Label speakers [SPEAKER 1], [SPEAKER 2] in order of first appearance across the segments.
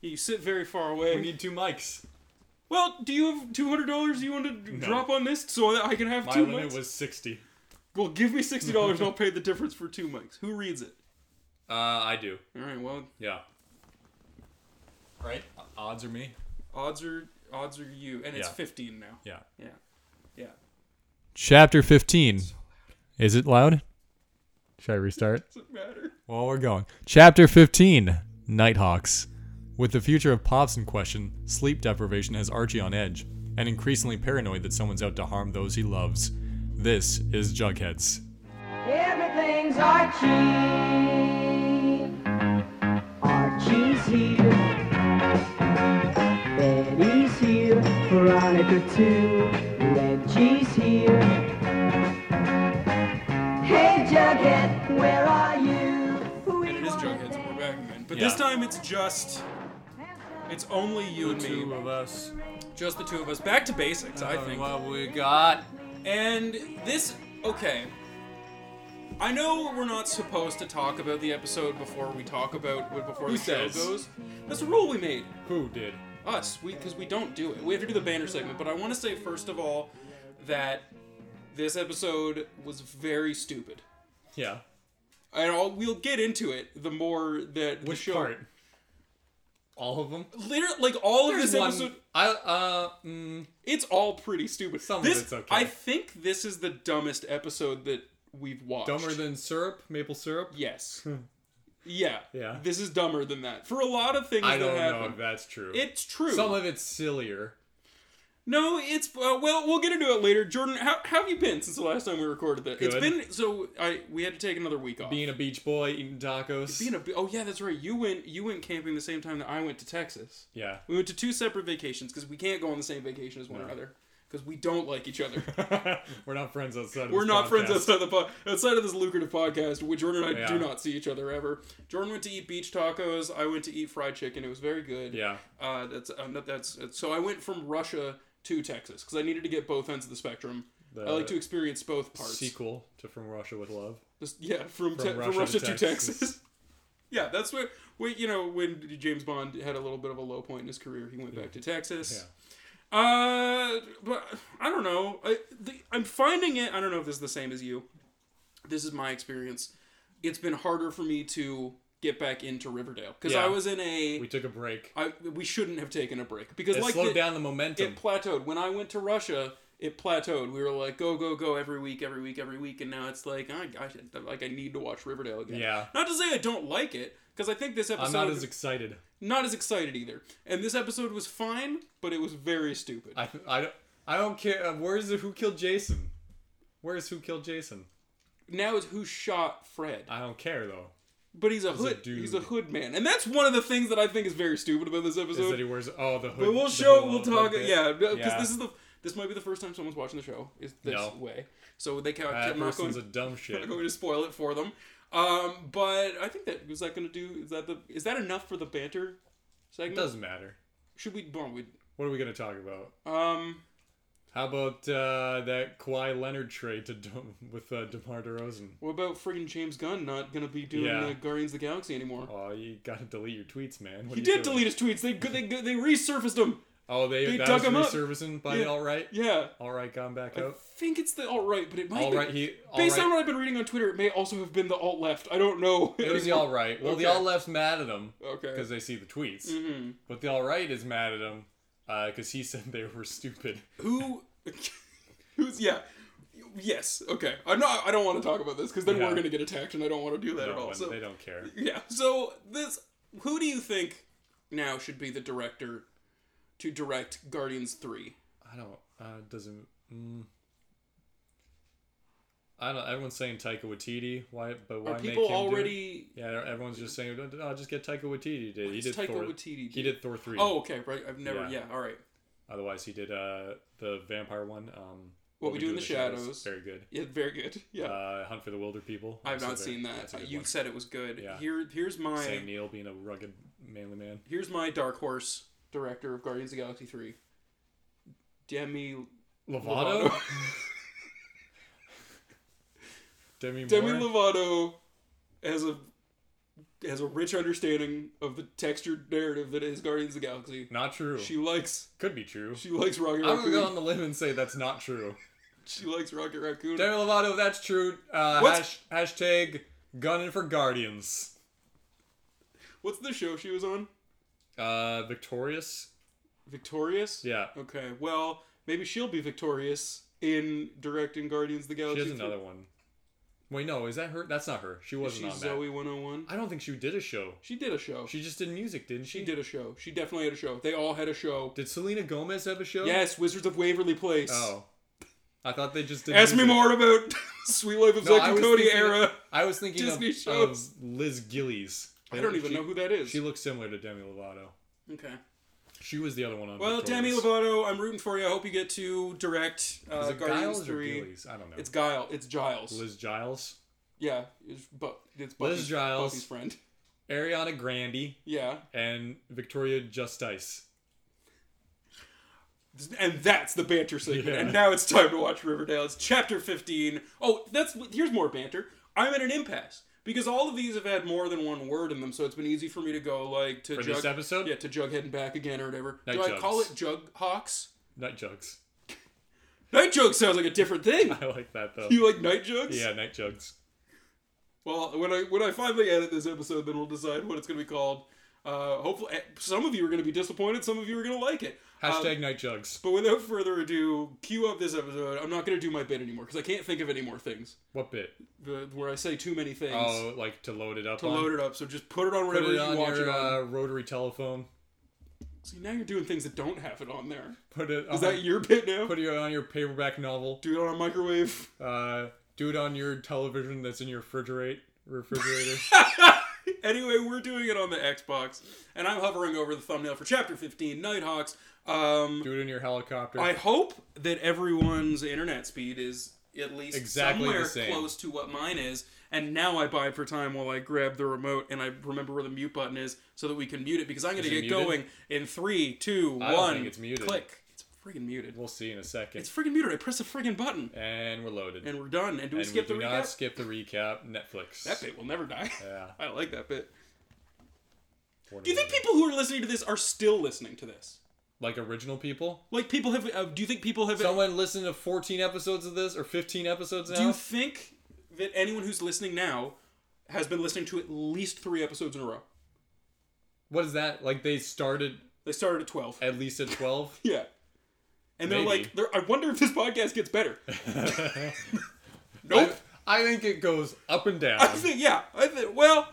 [SPEAKER 1] Yeah, you sit very far away.
[SPEAKER 2] We need two mics.
[SPEAKER 1] well, do you have two hundred dollars you want to
[SPEAKER 2] No.
[SPEAKER 1] drop on this so that I can have
[SPEAKER 2] My
[SPEAKER 1] two
[SPEAKER 2] limit
[SPEAKER 1] mics?
[SPEAKER 2] was sixty.
[SPEAKER 1] well, give me sixty dollars and I'll pay the difference for two mics. Who reads it?
[SPEAKER 2] Uh, I do.
[SPEAKER 1] All right. Well,
[SPEAKER 2] Yeah. Right. O- Odds are me.
[SPEAKER 1] odds are odds are you, and it's
[SPEAKER 2] Yeah.
[SPEAKER 1] fifteen now.
[SPEAKER 2] Yeah.
[SPEAKER 1] Yeah. Yeah.
[SPEAKER 2] Chapter fifteen. Is it loud? Should I restart?
[SPEAKER 1] Doesn't matter.
[SPEAKER 2] Well, we're going. Chapter 15 Nighthawks. With the future of Pops in question, sleep deprivation has Archie on edge, and increasingly paranoid that someone's out to harm those he loves. This is Jugheads.
[SPEAKER 3] Everything's Archie. Archie's here. Betty's here. Veronica too. Reggie's here. Hey Jughead, where are you?
[SPEAKER 1] And it is Jugheads, and we're back again. But this
[SPEAKER 2] Yeah.
[SPEAKER 1] time it's just. It's only you and me.
[SPEAKER 2] of us.
[SPEAKER 1] Just the two of us. Back to basics, I think.
[SPEAKER 2] What we got?
[SPEAKER 1] And this, okay. I know we're not supposed to talk about the episode before we talk about before the
[SPEAKER 2] Who
[SPEAKER 1] show
[SPEAKER 2] says?
[SPEAKER 1] goes. That's a rule we made.
[SPEAKER 2] Who did?
[SPEAKER 1] Us, we because we don't do it. We have to do the banner segment. But I want to say first of all that this episode was very stupid.
[SPEAKER 2] Yeah.
[SPEAKER 1] And I'll, we'll get into it the more that
[SPEAKER 2] Which
[SPEAKER 1] the show.
[SPEAKER 2] part? All of them.
[SPEAKER 1] Literally, like all of this
[SPEAKER 2] One-
[SPEAKER 1] episode.
[SPEAKER 2] I uh. Mm,
[SPEAKER 1] It's all pretty stupid.
[SPEAKER 2] Some of
[SPEAKER 1] this,
[SPEAKER 2] it's okay.
[SPEAKER 1] I think this is the dumbest episode that we've watched.
[SPEAKER 2] dumber than syrup. Maple syrup.
[SPEAKER 1] Yes. yeah.
[SPEAKER 2] Hmm. Yeah.
[SPEAKER 1] This is dumber than that. For a lot of things
[SPEAKER 2] I
[SPEAKER 1] that
[SPEAKER 2] don't know
[SPEAKER 1] happen.
[SPEAKER 2] if that's true.
[SPEAKER 1] It's true.
[SPEAKER 2] Some of it's sillier.
[SPEAKER 1] no, it's uh, well. We'll get into it later. Jordan, how, how have you been since the last time we recorded that? It's
[SPEAKER 2] Good.
[SPEAKER 1] been so. I we had to take another week off.
[SPEAKER 2] Being a beach boy, eating tacos.
[SPEAKER 1] Being a- oh yeah, that's right. You went you went camping the same time that I went to Texas.
[SPEAKER 2] yeah.
[SPEAKER 1] We went to two separate vacations because we can't go on the same vacation as one another because we don't like each other.
[SPEAKER 2] We're not friends outside. Of
[SPEAKER 1] We're
[SPEAKER 2] this
[SPEAKER 1] not friends
[SPEAKER 2] podcast.
[SPEAKER 1] outside the po- outside of this lucrative podcast. Which Jordan and I do
[SPEAKER 2] Yeah.
[SPEAKER 1] not see each other ever. Jordan went to eat beach tacos. I went to eat fried chicken. It was very good.
[SPEAKER 2] Yeah,
[SPEAKER 1] Uh, that's uh, no, that's uh, so I went from Russia to Texas because I needed to get both ends of the spectrum.
[SPEAKER 2] The
[SPEAKER 1] I like to experience both parts.
[SPEAKER 2] sequel to From Russia with Love.
[SPEAKER 1] Just- yeah, from,
[SPEAKER 2] From
[SPEAKER 1] Te-
[SPEAKER 2] Russia
[SPEAKER 1] from Russia
[SPEAKER 2] to
[SPEAKER 1] to Texas.
[SPEAKER 2] Texas.
[SPEAKER 1] yeah, that's where we you know when James Bond had a little bit of a low point in his career, he went back to Texas. Uh, but I don't know. I, the, I'm finding it. I don't know if this is the same as you. This is my experience. It's been harder for me to get back into Riverdale because
[SPEAKER 2] Yeah.
[SPEAKER 1] I was in a.
[SPEAKER 2] We took a break.
[SPEAKER 1] I, we shouldn't have taken a break because
[SPEAKER 2] It
[SPEAKER 1] like
[SPEAKER 2] slowed
[SPEAKER 1] the-
[SPEAKER 2] down the momentum.
[SPEAKER 1] it plateaued. When I went to Russia, it plateaued. We were like, go, go, go every week, every week, every week, and now it's like, I, I should- like I need to watch Riverdale again.
[SPEAKER 2] Yeah.
[SPEAKER 1] Not to say I don't like it, because I think this episode
[SPEAKER 2] I'm not as excited.
[SPEAKER 1] not as excited either. And this episode was fine, but it was very stupid.
[SPEAKER 2] I, I, don't- I don't care. uh, Where's the Who Killed Jason? Where's Who Killed Jason?
[SPEAKER 1] now it's who shot Fred,
[SPEAKER 2] I don't care though.
[SPEAKER 1] but he's a
[SPEAKER 2] a
[SPEAKER 1] hood.
[SPEAKER 2] dude.
[SPEAKER 1] he's a hood man, and that's one of the things that I think is very stupid about this
[SPEAKER 2] Is that
[SPEAKER 1] episode.
[SPEAKER 2] he wears? Oh, the hood.
[SPEAKER 1] But we'll
[SPEAKER 2] the
[SPEAKER 1] show.
[SPEAKER 2] hood
[SPEAKER 1] We'll
[SPEAKER 2] on
[SPEAKER 1] talk.
[SPEAKER 2] bit.
[SPEAKER 1] Yeah, because
[SPEAKER 2] Yeah.
[SPEAKER 1] this is the. This might be the first time someone's watching the show. Is this
[SPEAKER 2] No.
[SPEAKER 1] way? So they can't.
[SPEAKER 2] That
[SPEAKER 1] I'm not
[SPEAKER 2] person's
[SPEAKER 1] going-
[SPEAKER 2] a dumb
[SPEAKER 1] I'm
[SPEAKER 2] shit.
[SPEAKER 1] not going to spoil it for them. Um, but I think that was that going to do. Is that the is that enough for the banter segment?
[SPEAKER 2] It doesn't matter.
[SPEAKER 1] Should we? Well, we
[SPEAKER 2] What are we gonna talk about?
[SPEAKER 1] um.
[SPEAKER 2] How about uh, that Kawhi Leonard trade to De- with uh, DeMar DeRozan?
[SPEAKER 1] What about friggin' James Gunn not going to be doing
[SPEAKER 2] Yeah.
[SPEAKER 1] uh, Guardians of the Galaxy anymore?
[SPEAKER 2] Oh, you gotta delete your tweets, man.
[SPEAKER 1] he
[SPEAKER 2] What are you
[SPEAKER 1] did
[SPEAKER 2] doing?
[SPEAKER 1] delete his tweets. They they they resurfaced them.
[SPEAKER 2] Oh, they,
[SPEAKER 1] They
[SPEAKER 2] that
[SPEAKER 1] dug
[SPEAKER 2] was
[SPEAKER 1] him up.
[SPEAKER 2] resurfacing by
[SPEAKER 1] Yeah.
[SPEAKER 2] the all right.
[SPEAKER 1] Yeah.
[SPEAKER 2] All right, gone back
[SPEAKER 1] I
[SPEAKER 2] out.
[SPEAKER 1] think it's the alt right, but it might
[SPEAKER 2] All
[SPEAKER 1] be.
[SPEAKER 2] right, he. All
[SPEAKER 1] Based
[SPEAKER 2] right,
[SPEAKER 1] on what I've been reading on Twitter, it may also have been the alt left. I don't know.
[SPEAKER 2] it was the all right. Well, the
[SPEAKER 1] Okay.
[SPEAKER 2] all left's mad at him
[SPEAKER 1] Okay.
[SPEAKER 2] because they see the tweets,
[SPEAKER 1] Mhm.
[SPEAKER 2] but the all right is mad at him because he said they were stupid.
[SPEAKER 1] Who? Who's? Yeah. Yes. Okay. I'm not. I don't want to talk about this because then
[SPEAKER 2] Yeah.
[SPEAKER 1] we're gonna get attacked, and I don't want to do that
[SPEAKER 2] No,
[SPEAKER 1] at all.
[SPEAKER 2] one-
[SPEAKER 1] So
[SPEAKER 2] they don't care.
[SPEAKER 1] yeah. So this. Who do you think now should be the director to direct Guardians Three?
[SPEAKER 2] I don't. Uh, doesn't. Mm, I don't. Everyone's saying Taika Waititi. Why? But why
[SPEAKER 1] Are
[SPEAKER 2] make
[SPEAKER 1] people
[SPEAKER 2] him do it?
[SPEAKER 1] already?
[SPEAKER 2] Yeah, everyone's just saying, "Oh, just get Taika Waititi." Did he
[SPEAKER 1] What's
[SPEAKER 2] did
[SPEAKER 1] Taika
[SPEAKER 2] Thor?
[SPEAKER 1] Waititi
[SPEAKER 2] He
[SPEAKER 1] do?
[SPEAKER 2] did Thor three.
[SPEAKER 1] Oh, okay. Right. I've never. Yeah.
[SPEAKER 2] Yeah.
[SPEAKER 1] all right.
[SPEAKER 2] Otherwise, he did uh, the vampire one. Um,
[SPEAKER 1] What We Do in the Shadows.
[SPEAKER 2] Very good.
[SPEAKER 1] Yeah. Very good. Yeah.
[SPEAKER 2] Uh, Hunt for the Wilder People.
[SPEAKER 1] I've
[SPEAKER 2] Also
[SPEAKER 1] not
[SPEAKER 2] very-
[SPEAKER 1] seen
[SPEAKER 2] that's
[SPEAKER 1] that.
[SPEAKER 2] a good
[SPEAKER 1] You
[SPEAKER 2] one.
[SPEAKER 1] said it was good.
[SPEAKER 2] Yeah.
[SPEAKER 1] Here. Here's my.
[SPEAKER 2] Sam Neill being a rugged, manly man.
[SPEAKER 1] Here's my dark horse director of Guardians of the Galaxy Three. Demi
[SPEAKER 2] Lovato. Demi.
[SPEAKER 1] Demi
[SPEAKER 2] Moore?
[SPEAKER 1] Lovato as a has a rich understanding of the textured narrative that is Guardians of the Galaxy.
[SPEAKER 2] Not true.
[SPEAKER 1] She likes
[SPEAKER 2] Could be true.
[SPEAKER 1] she likes Rocket
[SPEAKER 2] I'm gonna
[SPEAKER 1] Raccoon.
[SPEAKER 2] go on the limb and say that's not true.
[SPEAKER 1] She likes Rocket Raccoon.
[SPEAKER 2] Demi Lovato, that's true. Uh, hash,
[SPEAKER 1] What's-
[SPEAKER 2] hashtag gunning for Guardians.
[SPEAKER 1] What's the show she was on?
[SPEAKER 2] Uh, victorious.
[SPEAKER 1] Victorious.
[SPEAKER 2] Yeah,
[SPEAKER 1] Okay. Well, maybe she'll be victorious in directing Guardians of the
[SPEAKER 2] she
[SPEAKER 1] Galaxy.
[SPEAKER 2] has another one. Wait, no, is that her? That's not her. She wasn't
[SPEAKER 1] She's
[SPEAKER 2] on that.
[SPEAKER 1] Zoe 101.
[SPEAKER 2] I don't think she did a show.
[SPEAKER 1] She did a show. She,
[SPEAKER 2] She just did music, didn't she?
[SPEAKER 1] did a show. She definitely had a show. They all had a show.
[SPEAKER 2] Did Selena Gomez have a show?
[SPEAKER 1] Yes, Wizards of Waverly Place.
[SPEAKER 2] Oh, I thought they just did.
[SPEAKER 1] Ask me
[SPEAKER 2] music.
[SPEAKER 1] more about Sweet Life of
[SPEAKER 2] No,
[SPEAKER 1] Zack
[SPEAKER 2] I
[SPEAKER 1] and
[SPEAKER 2] was
[SPEAKER 1] Cody
[SPEAKER 2] thinking-
[SPEAKER 1] era.
[SPEAKER 2] I was thinking
[SPEAKER 1] Disney
[SPEAKER 2] of,
[SPEAKER 1] shows.
[SPEAKER 2] of Liz Gillies.
[SPEAKER 1] I don't even
[SPEAKER 2] She-
[SPEAKER 1] know who that is.
[SPEAKER 2] She looks similar to Demi Lovato.
[SPEAKER 1] okay.
[SPEAKER 2] She was the other one on.
[SPEAKER 1] Well, Demi
[SPEAKER 2] Victorious.
[SPEAKER 1] Lovato, I'm rooting for you. I hope you get to direct
[SPEAKER 2] Is
[SPEAKER 1] uh,
[SPEAKER 2] it
[SPEAKER 1] Guardians
[SPEAKER 2] Giles or
[SPEAKER 1] 3.
[SPEAKER 2] Gillies? I don't know.
[SPEAKER 1] It's Guile. It's Giles.
[SPEAKER 2] Liz Giles,
[SPEAKER 1] Yeah, it's, Bu- it's Buffy's,
[SPEAKER 2] Giles.
[SPEAKER 1] Buffy's friend.
[SPEAKER 2] Ariana Grande,
[SPEAKER 1] Yeah,
[SPEAKER 2] and Victoria Justice.
[SPEAKER 1] and that's the banter segment.
[SPEAKER 2] Yeah.
[SPEAKER 1] And now it's time to watch Riverdale. It's chapter 15. Oh, that's here's more banter. I'm at an impasse because all of these have had more than one word in them, so it's been easy for me to go like to
[SPEAKER 2] For
[SPEAKER 1] jug,
[SPEAKER 2] this episode,
[SPEAKER 1] yeah to Jughead and back again or whatever.
[SPEAKER 2] Night
[SPEAKER 1] Do I
[SPEAKER 2] Jugs.
[SPEAKER 1] call it Jughawks?
[SPEAKER 2] Night Jugs.
[SPEAKER 1] Night Jug sounds like a different thing.
[SPEAKER 2] I like that though.
[SPEAKER 1] You like Night Jugs?
[SPEAKER 2] Yeah, Night Jugs.
[SPEAKER 1] Well, when I when I finally edit this episode, then we'll decide what it's going to be called. Uh, hopefully, some of you are going to be disappointed. Some of you are going to like it. Um,
[SPEAKER 2] Hashtag Night Jugs.
[SPEAKER 1] But without further ado, cue up this episode. I'm not going to do my bit anymore because I can't think of any more things
[SPEAKER 2] What bit?
[SPEAKER 1] The- where I say too many things
[SPEAKER 2] Oh, like to load it up
[SPEAKER 1] to
[SPEAKER 2] on.
[SPEAKER 1] load it up. So just put it on
[SPEAKER 2] Put
[SPEAKER 1] whatever
[SPEAKER 2] it
[SPEAKER 1] you
[SPEAKER 2] on
[SPEAKER 1] watch it
[SPEAKER 2] your
[SPEAKER 1] on.
[SPEAKER 2] uh, rotary telephone.
[SPEAKER 1] See, now you're doing things that don't have it on there.
[SPEAKER 2] Put it. On,
[SPEAKER 1] Is that your bit now?
[SPEAKER 2] Uh, Put it on your paperback novel.
[SPEAKER 1] do it on a microwave.
[SPEAKER 2] Uh, do it on your television that's in your refrigerate refrigerator.
[SPEAKER 1] anyway, we're doing it on the Xbox, and I'm hovering over the thumbnail for Chapter 15, Nighthawks. Um,
[SPEAKER 2] do it in your helicopter.
[SPEAKER 1] I hope that everyone's internet speed is at least
[SPEAKER 2] Exactly the
[SPEAKER 1] somewhere
[SPEAKER 2] same.
[SPEAKER 1] close to what mine is. And now I buy for time while I grab the remote and I remember where the mute button is so that we can mute it because I'm going to
[SPEAKER 2] it
[SPEAKER 1] get
[SPEAKER 2] muted?
[SPEAKER 1] going in three, two, one.
[SPEAKER 2] I don't think it's muted.
[SPEAKER 1] Click. It's friggin' muted.
[SPEAKER 2] we'll see in a second.
[SPEAKER 1] It's friggin' muted. I press the friggin' button
[SPEAKER 2] and we're loaded.
[SPEAKER 1] and we're done. And do we
[SPEAKER 2] and
[SPEAKER 1] skip
[SPEAKER 2] we do
[SPEAKER 1] the
[SPEAKER 2] not
[SPEAKER 1] recap?
[SPEAKER 2] skip the recap. Netflix.
[SPEAKER 1] That bit will never die.
[SPEAKER 2] Yeah.
[SPEAKER 1] I like that bit.
[SPEAKER 2] Warner
[SPEAKER 1] Do you think
[SPEAKER 2] Brothers.
[SPEAKER 1] people who are listening to this are still listening to this?
[SPEAKER 2] like original people?
[SPEAKER 1] Like people have? Uh, do you think people have?
[SPEAKER 2] Someone listened to 14 episodes of this or 15 episodes now?
[SPEAKER 1] Do you think that anyone who's listening now has been listening to at least three episodes in a row?
[SPEAKER 2] what is that? Like they started
[SPEAKER 1] They started at twelve.
[SPEAKER 2] at least at 12?
[SPEAKER 1] yeah, and they're
[SPEAKER 2] Maybe.
[SPEAKER 1] like, they're, I wonder if this podcast gets better. nope.
[SPEAKER 2] I, I think it goes up and down.
[SPEAKER 1] I, think yeah. I think well,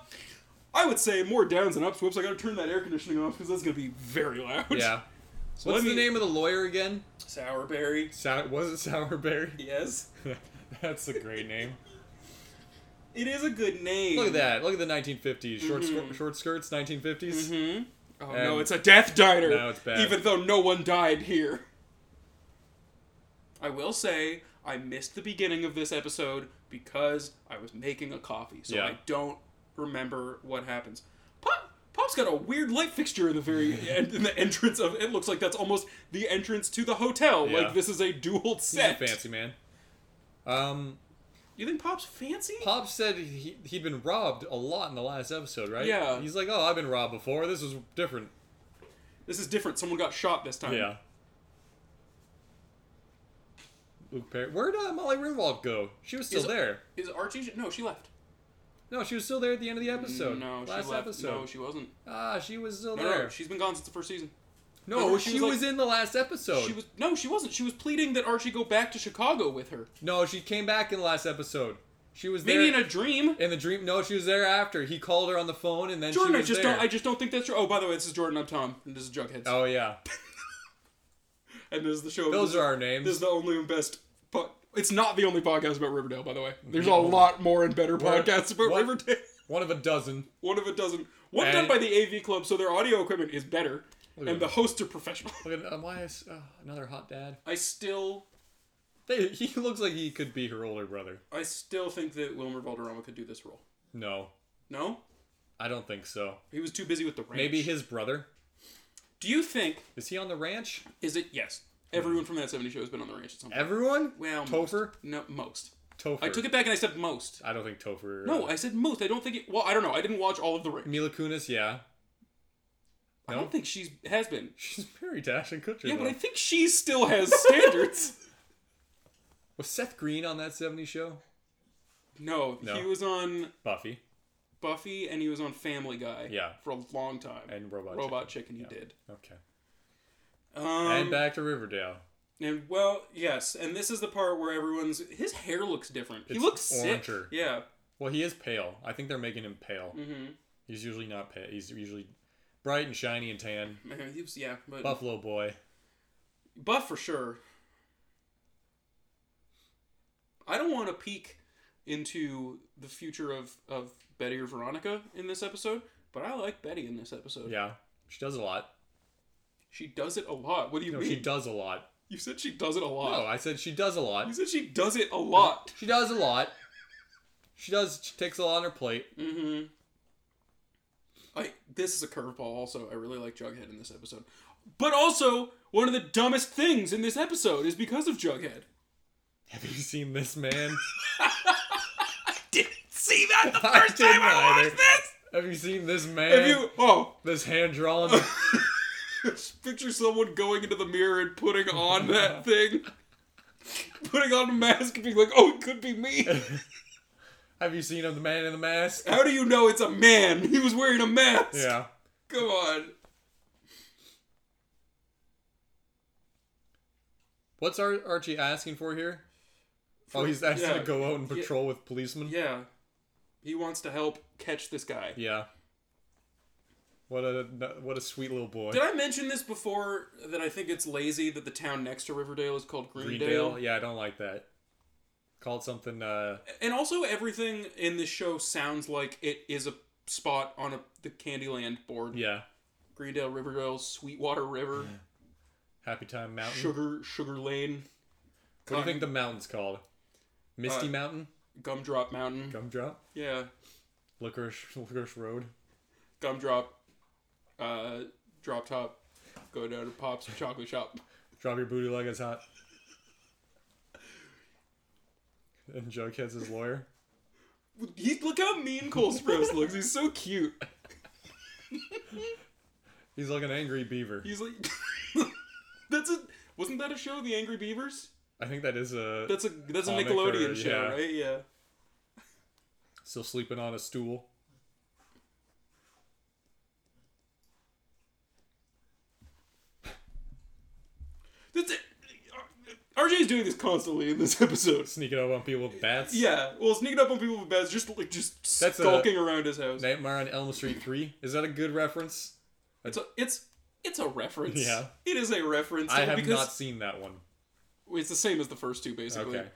[SPEAKER 1] I would say more downs and ups. Whoops! I got to turn that air conditioning off because that's gonna be very loud.
[SPEAKER 2] yeah.
[SPEAKER 1] So
[SPEAKER 2] What's
[SPEAKER 1] let
[SPEAKER 2] the
[SPEAKER 1] me-
[SPEAKER 2] name of the lawyer again?
[SPEAKER 1] Sourberry.
[SPEAKER 2] Sour, was it Sourberry?
[SPEAKER 1] Yes,
[SPEAKER 2] That's a great name.
[SPEAKER 1] it is a good name.
[SPEAKER 2] Look at that. Look at the 1950s. Short,
[SPEAKER 1] Mm-hmm.
[SPEAKER 2] skir- short skirts, 1950s.
[SPEAKER 1] Oh no,
[SPEAKER 2] And-
[SPEAKER 1] it's a death diner.
[SPEAKER 2] No, it's bad.
[SPEAKER 1] Even though no one died here. I will say I missed the beginning of this episode because I was making a coffee, so
[SPEAKER 2] Yeah.
[SPEAKER 1] I don't remember what happens. Pop, Pop's got a weird light fixture in the very end, in the entrance of. It looks like that's almost the entrance to the hotel.
[SPEAKER 2] Yeah.
[SPEAKER 1] Like this is a dual
[SPEAKER 2] He's a
[SPEAKER 1] set.
[SPEAKER 2] fancy man. Um,
[SPEAKER 1] You think Pop's fancy?
[SPEAKER 2] Pop said he, he'd been robbed a lot in the last episode, right?
[SPEAKER 1] Yeah.
[SPEAKER 2] He's like, oh, I've been robbed before. This is different.
[SPEAKER 1] This is different. Someone got shot this time.
[SPEAKER 2] Yeah. Luke Perry. Where'd uh, Molly Ringwald go? She was still
[SPEAKER 1] Is-
[SPEAKER 2] there.
[SPEAKER 1] Is Archie? No, she left.
[SPEAKER 2] No, she was still there at the end of the episode.
[SPEAKER 1] no, she
[SPEAKER 2] last
[SPEAKER 1] left.
[SPEAKER 2] episode.
[SPEAKER 1] No, she wasn't.
[SPEAKER 2] ah, she was still
[SPEAKER 1] No,
[SPEAKER 2] there.
[SPEAKER 1] no, she's been gone since the first season.
[SPEAKER 2] no,
[SPEAKER 1] no,
[SPEAKER 2] she,
[SPEAKER 1] she
[SPEAKER 2] was,
[SPEAKER 1] was like-
[SPEAKER 2] in the last episode.
[SPEAKER 1] She was no, she wasn't. She was pleading that Archie go back to Chicago with her.
[SPEAKER 2] no, she came back in the last episode. She was
[SPEAKER 1] Maybe
[SPEAKER 2] there
[SPEAKER 1] in a dream.
[SPEAKER 2] in the dream. No, she was there after. He called her on the phone, and then
[SPEAKER 1] Jordan, I
[SPEAKER 2] she was
[SPEAKER 1] just
[SPEAKER 2] there.
[SPEAKER 1] don't. I just don't think that's true. Oh, by the way, this is Jordan. I'm Tom, and this is Jugheads,
[SPEAKER 2] Oh yeah,
[SPEAKER 1] and this is the show.
[SPEAKER 2] those
[SPEAKER 1] this,
[SPEAKER 2] are our
[SPEAKER 1] This
[SPEAKER 2] names.
[SPEAKER 1] is the only and best. Po- it's not the only podcast about Riverdale, by the way. There's a lot more and better
[SPEAKER 2] What?
[SPEAKER 1] podcasts about
[SPEAKER 2] What?
[SPEAKER 1] Riverdale.
[SPEAKER 2] One of a dozen.
[SPEAKER 1] One of it doesn't. One
[SPEAKER 2] And-
[SPEAKER 1] done by the AV Club, so their audio equipment is better,
[SPEAKER 2] at
[SPEAKER 1] and the hosts are professional.
[SPEAKER 2] Look at uh, why is uh, another hot dad.
[SPEAKER 1] I still,
[SPEAKER 2] They, he looks like he could be her older brother.
[SPEAKER 1] I still think that Wilmer Valderrama could do this role.
[SPEAKER 2] No,
[SPEAKER 1] No,
[SPEAKER 2] I don't think so.
[SPEAKER 1] he was too busy with the ranch.
[SPEAKER 2] Maybe his brother.
[SPEAKER 1] Do you think?
[SPEAKER 2] Is he on the ranch?
[SPEAKER 1] Is it yes? Everyone from that '70s show has been on the ranch at some point.
[SPEAKER 2] Everyone?
[SPEAKER 1] Well,
[SPEAKER 2] Topher?
[SPEAKER 1] No, most. I
[SPEAKER 2] Topher.
[SPEAKER 1] took it back and I said most.
[SPEAKER 2] I don't think Topher.
[SPEAKER 1] No, I said most. I don't think it. Well, I don't know. I didn't watch all of the Ring.
[SPEAKER 2] Mila Kunis, yeah.
[SPEAKER 1] I don't think she's has been.
[SPEAKER 2] She's very Dash and Kutcher.
[SPEAKER 1] Yeah,
[SPEAKER 2] though.
[SPEAKER 1] but I think she still has standards.
[SPEAKER 2] Was Seth Green on that 70s show?
[SPEAKER 1] No,
[SPEAKER 2] No.
[SPEAKER 1] he was on
[SPEAKER 2] Buffy.
[SPEAKER 1] Buffy and he was on Family Guy.
[SPEAKER 2] Yeah.
[SPEAKER 1] for a long time.
[SPEAKER 2] And Robot
[SPEAKER 1] Robot Chicken, he
[SPEAKER 2] Yeah.
[SPEAKER 1] did.
[SPEAKER 2] Okay.
[SPEAKER 1] Um,
[SPEAKER 2] and
[SPEAKER 1] and,
[SPEAKER 2] back to Riverdale.
[SPEAKER 1] well, yes, and this is the part where everyone's his hair looks different. he
[SPEAKER 2] It's
[SPEAKER 1] looks
[SPEAKER 2] oranger.
[SPEAKER 1] sick. Yeah,
[SPEAKER 2] Well, he is pale. I think they're making him pale.
[SPEAKER 1] Mhm.
[SPEAKER 2] He's usually not pale. He's usually bright and shiny and tan.
[SPEAKER 1] Man, he was yeah, but buff,
[SPEAKER 2] Buffalo boy.
[SPEAKER 1] for sure. I don't want to peek into the future of of Betty or Veronica in this episode, but I like Betty in this episode.
[SPEAKER 2] Yeah. She does a lot.
[SPEAKER 1] She does it a lot. What do you
[SPEAKER 2] No,
[SPEAKER 1] mean?
[SPEAKER 2] she does a lot.
[SPEAKER 1] you said she does it a lot.
[SPEAKER 2] No, I said she does a
[SPEAKER 1] You
[SPEAKER 2] lot.
[SPEAKER 1] said she does it a lot.
[SPEAKER 2] She does a lot. She does. She takes a lot on her plate.
[SPEAKER 1] Mm-hmm. I this is a curveball. Also, I really like Jughead in this episode, but also one of the dumbest things in this episode is because of Jughead.
[SPEAKER 2] Have you seen this man?
[SPEAKER 1] Didn't see that the
[SPEAKER 2] I
[SPEAKER 1] first time
[SPEAKER 2] didn't
[SPEAKER 1] I
[SPEAKER 2] either.
[SPEAKER 1] watched this.
[SPEAKER 2] Have you seen this man?
[SPEAKER 1] If you oh,
[SPEAKER 2] This hand drawn.
[SPEAKER 1] picture someone going into the mirror and putting on that thing, putting on a mask and being like, "Oh, it could be me."
[SPEAKER 2] Have you seen him, the man in the mask?
[SPEAKER 1] How do you know it's a man? He was wearing a mask.
[SPEAKER 2] Yeah.
[SPEAKER 1] Come on.
[SPEAKER 2] What's Ar- Archie asking for here? Oh, he's asking
[SPEAKER 1] yeah.
[SPEAKER 2] to go out and patrol with policemen.
[SPEAKER 1] Yeah, he wants to help catch this guy.
[SPEAKER 2] Yeah. What a what a sweet little boy.
[SPEAKER 1] Did I mention this before that I think it's lazy that the town next to Riverdale is called Greendale?
[SPEAKER 2] Greendale. Yeah, I don't like that. Called something. uh
[SPEAKER 1] And also everything in this show sounds like it is a spot on a the Candyland board.
[SPEAKER 2] Yeah.
[SPEAKER 1] Greendale, Riverdale, Sweetwater River,
[SPEAKER 2] Happy Time Mountain.
[SPEAKER 1] Sugar Sugar Lane,
[SPEAKER 2] What do you think the mountain's called? Misty
[SPEAKER 1] Uh,
[SPEAKER 2] Mountain.
[SPEAKER 1] Gumdrop Mountain.
[SPEAKER 2] Gumdrop.
[SPEAKER 1] yeah.
[SPEAKER 2] Licorice Licorice Road.
[SPEAKER 1] Gumdrop uh drop top. Go down to Pop's chocolate shop.
[SPEAKER 2] Drop your booty like it's hot. And Jughead's his lawyer.
[SPEAKER 1] He, look how mean Cole Sprouse looks. He's so cute.
[SPEAKER 2] He's like an angry beaver.
[SPEAKER 1] He's like That's a wasn't that a show, The Angry Beavers?
[SPEAKER 2] I think that is a
[SPEAKER 1] That's a that's a
[SPEAKER 2] Comic or-
[SPEAKER 1] Nickelodeon show,
[SPEAKER 2] yeah.
[SPEAKER 1] right? Yeah.
[SPEAKER 2] still sleeping on a stool.
[SPEAKER 1] That's it. RJ's doing this constantly in this episode.
[SPEAKER 2] Sneaking up on people with bats.
[SPEAKER 1] Yeah, well, sneaking up on people with beds, just like just
[SPEAKER 2] That's a-
[SPEAKER 1] skulking around his house.
[SPEAKER 2] Nightmare on Elm Street 3. Is that a good reference?
[SPEAKER 1] It's a, it's it's a reference.
[SPEAKER 2] Yeah.
[SPEAKER 1] it is a reference.
[SPEAKER 2] I have
[SPEAKER 1] because
[SPEAKER 2] not seen that one.
[SPEAKER 1] It's the same as the first two, basically.
[SPEAKER 2] Okay.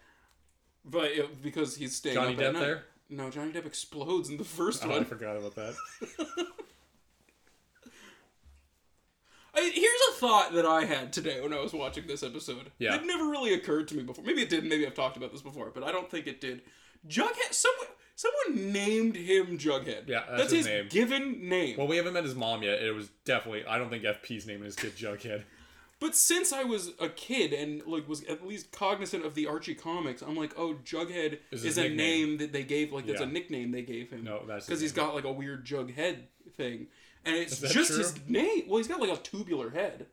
[SPEAKER 1] But it, because he's staying
[SPEAKER 2] Johnny
[SPEAKER 1] up at
[SPEAKER 2] Depp
[SPEAKER 1] night.
[SPEAKER 2] there?
[SPEAKER 1] No, Johnny Depp explodes in the first
[SPEAKER 2] Oh, I
[SPEAKER 1] one.
[SPEAKER 2] forgot about that.
[SPEAKER 1] I, here's a thought that I had today when I was watching this episode.
[SPEAKER 2] Yeah.
[SPEAKER 1] It never really occurred to me before. Maybe it did, maybe I've talked about this before, but I don't think it did. Jughead, someone, someone named him Jughead.
[SPEAKER 2] Yeah, that's his name.
[SPEAKER 1] given name.
[SPEAKER 2] Well, we haven't met his mom yet. It was definitely, I don't think FP's naming his kid Jughead.
[SPEAKER 1] but since I was a kid and like was at least cognizant of the Archie comics, I'm like, oh, Jughead
[SPEAKER 2] Is
[SPEAKER 1] is,
[SPEAKER 2] his
[SPEAKER 1] a
[SPEAKER 2] nickname.
[SPEAKER 1] name that they gave, like that's
[SPEAKER 2] Yeah.
[SPEAKER 1] a nickname they gave him.
[SPEAKER 2] No, that's his
[SPEAKER 1] because he's
[SPEAKER 2] name.
[SPEAKER 1] got like a weird Jughead thing, and it's
[SPEAKER 2] Is that
[SPEAKER 1] just
[SPEAKER 2] true?
[SPEAKER 1] his name. Well, he's got like a tubular head.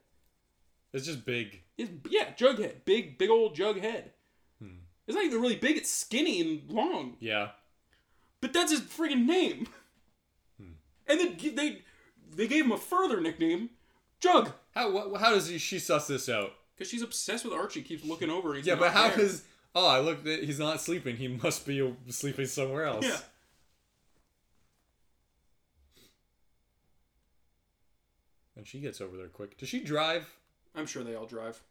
[SPEAKER 2] It's just big.
[SPEAKER 1] It's yeah, Jughead, big, big old Jughead.
[SPEAKER 2] Hmm.
[SPEAKER 1] It's not even really big. It's skinny and long,
[SPEAKER 2] Yeah.
[SPEAKER 1] but that's his friggin' name.
[SPEAKER 2] Hmm.
[SPEAKER 1] And then g- they they gave him a further nickname, Jug,
[SPEAKER 2] How wha how does he, she suss this out?
[SPEAKER 1] because she's obsessed with Archie. Keeps looking over. And he's
[SPEAKER 2] Yeah, but
[SPEAKER 1] not
[SPEAKER 2] how
[SPEAKER 1] there.
[SPEAKER 2] does, oh, I looked, at- he's not sleeping. He must be sleeping somewhere else.
[SPEAKER 1] yeah?
[SPEAKER 2] And she gets over there quick. Does she drive?
[SPEAKER 1] I'm sure they all drive.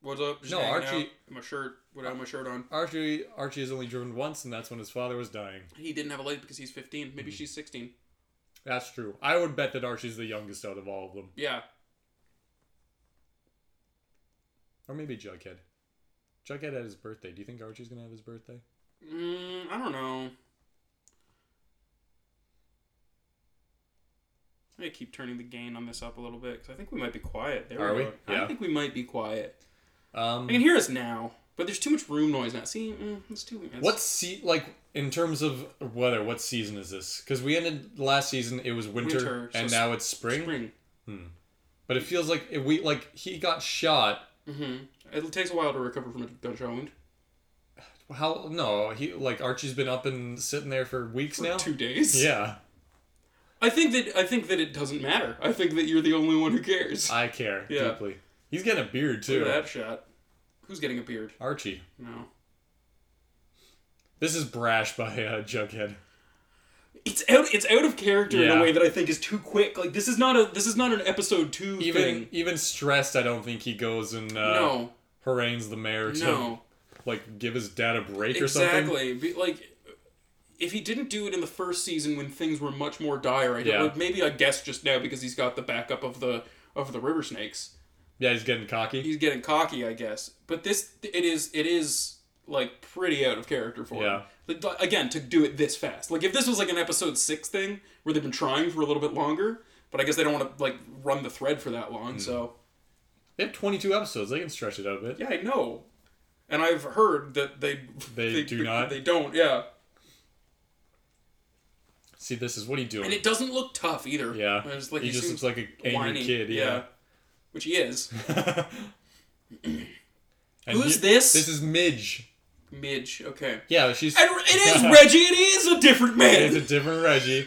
[SPEAKER 1] What's up? Just
[SPEAKER 2] No,
[SPEAKER 1] hanging
[SPEAKER 2] Archie-
[SPEAKER 1] out. My shirt. Without my shirt on.
[SPEAKER 2] Archie, Archie has only driven once, and that's when his father was dying.
[SPEAKER 1] He didn't have a leg because he's 15.
[SPEAKER 2] Mm-hmm.
[SPEAKER 1] Maybe she's 16.
[SPEAKER 2] That's true. I would bet that Archie's the youngest out of all of them.
[SPEAKER 1] Yeah.
[SPEAKER 2] Or maybe Jughead. Jughead had his birthday. Do you think Archie's gonna have his birthday?
[SPEAKER 1] Mm, I don't know. I'm gonna keep turning the gain on this up a little bit because I think we might be quiet. There
[SPEAKER 2] Are we?
[SPEAKER 1] go. I
[SPEAKER 2] Yeah.
[SPEAKER 1] think we might be quiet.
[SPEAKER 2] Um,
[SPEAKER 1] I can hear us now, but But there's too much room noise now. See, mm, it's too. It's,
[SPEAKER 2] What se- like in terms of weather? What season is this? Because we ended last season, it was winter,
[SPEAKER 1] Winter, so
[SPEAKER 2] and
[SPEAKER 1] s-
[SPEAKER 2] now it's spring.
[SPEAKER 1] spring?
[SPEAKER 2] But it feels like it, we like he got shot.
[SPEAKER 1] It takes a while to recover from a gunshot wound.
[SPEAKER 2] How no? He like Archie's been up and sitting there for weeks now.
[SPEAKER 1] Two days.
[SPEAKER 2] Yeah,
[SPEAKER 1] I think that I think that it doesn't matter. I think that you're the only one who cares.
[SPEAKER 2] I care
[SPEAKER 1] Yeah.
[SPEAKER 2] deeply. He's getting a beard
[SPEAKER 1] Look
[SPEAKER 2] too.
[SPEAKER 1] at that shot. Who's getting a beard?
[SPEAKER 2] Archie.
[SPEAKER 1] No.
[SPEAKER 2] This is brash by uh, Jughead.
[SPEAKER 1] It's out. It's out of character in
[SPEAKER 2] Yeah.
[SPEAKER 1] a way that I think is too quick. Like this is not a. This is not an episode two
[SPEAKER 2] Even
[SPEAKER 1] thing.
[SPEAKER 2] even stressed, I don't think he goes and uh,
[SPEAKER 1] no.
[SPEAKER 2] harangues the mayor to
[SPEAKER 1] No.
[SPEAKER 2] like give his dad a break or something.
[SPEAKER 1] Exactly. Be, like, if he didn't do it in the first season when things were much more dire, I don't,
[SPEAKER 2] Yeah.
[SPEAKER 1] like, maybe I guess just now because he's got the backup of the of the river snakes,
[SPEAKER 2] Yeah, he's getting cocky.
[SPEAKER 1] he's getting cocky, I guess. But this, it is, it is like pretty out of character for him.
[SPEAKER 2] Yeah.
[SPEAKER 1] Like, like, again, to do it this fast, like if this was like an episode six thing where they've been trying for a little bit longer, but I guess they don't want to like run the thread for that long, so.
[SPEAKER 2] They have 22 episodes. They can stretch it out a bit.
[SPEAKER 1] Yeah, I know. And I've heard that they
[SPEAKER 2] They do not?
[SPEAKER 1] they don't yeah
[SPEAKER 2] See, this is what he doing.
[SPEAKER 1] and it doesn't look tough either
[SPEAKER 2] yeah,
[SPEAKER 1] it's like
[SPEAKER 2] he, just
[SPEAKER 1] seems
[SPEAKER 2] looks like an angry
[SPEAKER 1] whiny.
[SPEAKER 2] kid. Yeah.
[SPEAKER 1] which he is
[SPEAKER 2] And
[SPEAKER 1] Who's
[SPEAKER 2] you-
[SPEAKER 1] this?
[SPEAKER 2] This is Midge.
[SPEAKER 1] midge okay
[SPEAKER 2] Yeah, she's
[SPEAKER 1] and it is reggie it is a different
[SPEAKER 2] it's a
[SPEAKER 1] man
[SPEAKER 2] different Reggie,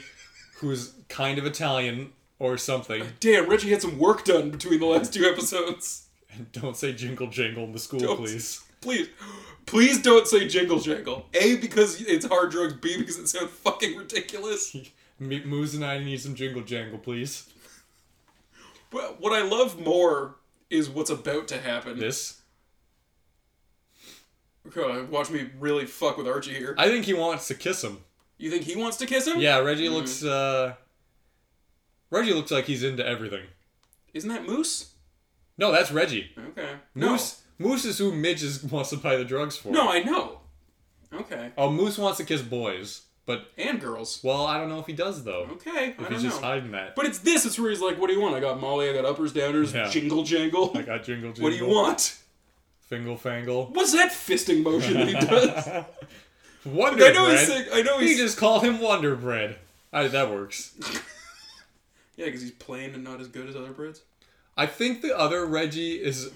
[SPEAKER 2] who's kind of Italian or something.
[SPEAKER 1] damn reggie had some work done between the last two episodes
[SPEAKER 2] And don't say jingle jangle in the school,
[SPEAKER 1] Don't.
[SPEAKER 2] please.
[SPEAKER 1] please please don't say jingle jangle a because it's hard drugs b because it sounds fucking ridiculous
[SPEAKER 2] Me- Moose and I need some jingle jangle, please.
[SPEAKER 1] but what i love more is what's about to happen
[SPEAKER 2] This.
[SPEAKER 1] God, watch me really fuck with archie here
[SPEAKER 2] I think he wants to kiss him.
[SPEAKER 1] you think he wants to kiss him
[SPEAKER 2] Yeah, Reggie looks. uh Reggie looks like he's into everything.
[SPEAKER 1] isn't that moose
[SPEAKER 2] No, that's Reggie.
[SPEAKER 1] okay
[SPEAKER 2] Moose. Moose is who Midge is, wants to buy the drugs for.
[SPEAKER 1] no, no i know okay
[SPEAKER 2] Oh, Moose wants to kiss boys, but
[SPEAKER 1] and girls
[SPEAKER 2] well, I don't know if he does though.
[SPEAKER 1] Okay, I
[SPEAKER 2] If
[SPEAKER 1] don't
[SPEAKER 2] he's just
[SPEAKER 1] know.
[SPEAKER 2] hiding that.
[SPEAKER 1] But it's this. It's where he's like, "What do you want? I got Molly. I got uppers, downers,
[SPEAKER 2] Yeah.
[SPEAKER 1] jingle jangle.
[SPEAKER 2] I got jingle jingle.
[SPEAKER 1] what do you want?
[SPEAKER 2] Fingle fangle.
[SPEAKER 1] What's that fisting motion that he does?
[SPEAKER 2] Wonder
[SPEAKER 1] I know
[SPEAKER 2] bread.
[SPEAKER 1] he's saying. I know
[SPEAKER 2] You
[SPEAKER 1] he's
[SPEAKER 2] just call him Wonder Bread. I, that works.
[SPEAKER 1] yeah, because he's plain and not as good as other breads.
[SPEAKER 2] I think the other Reggie is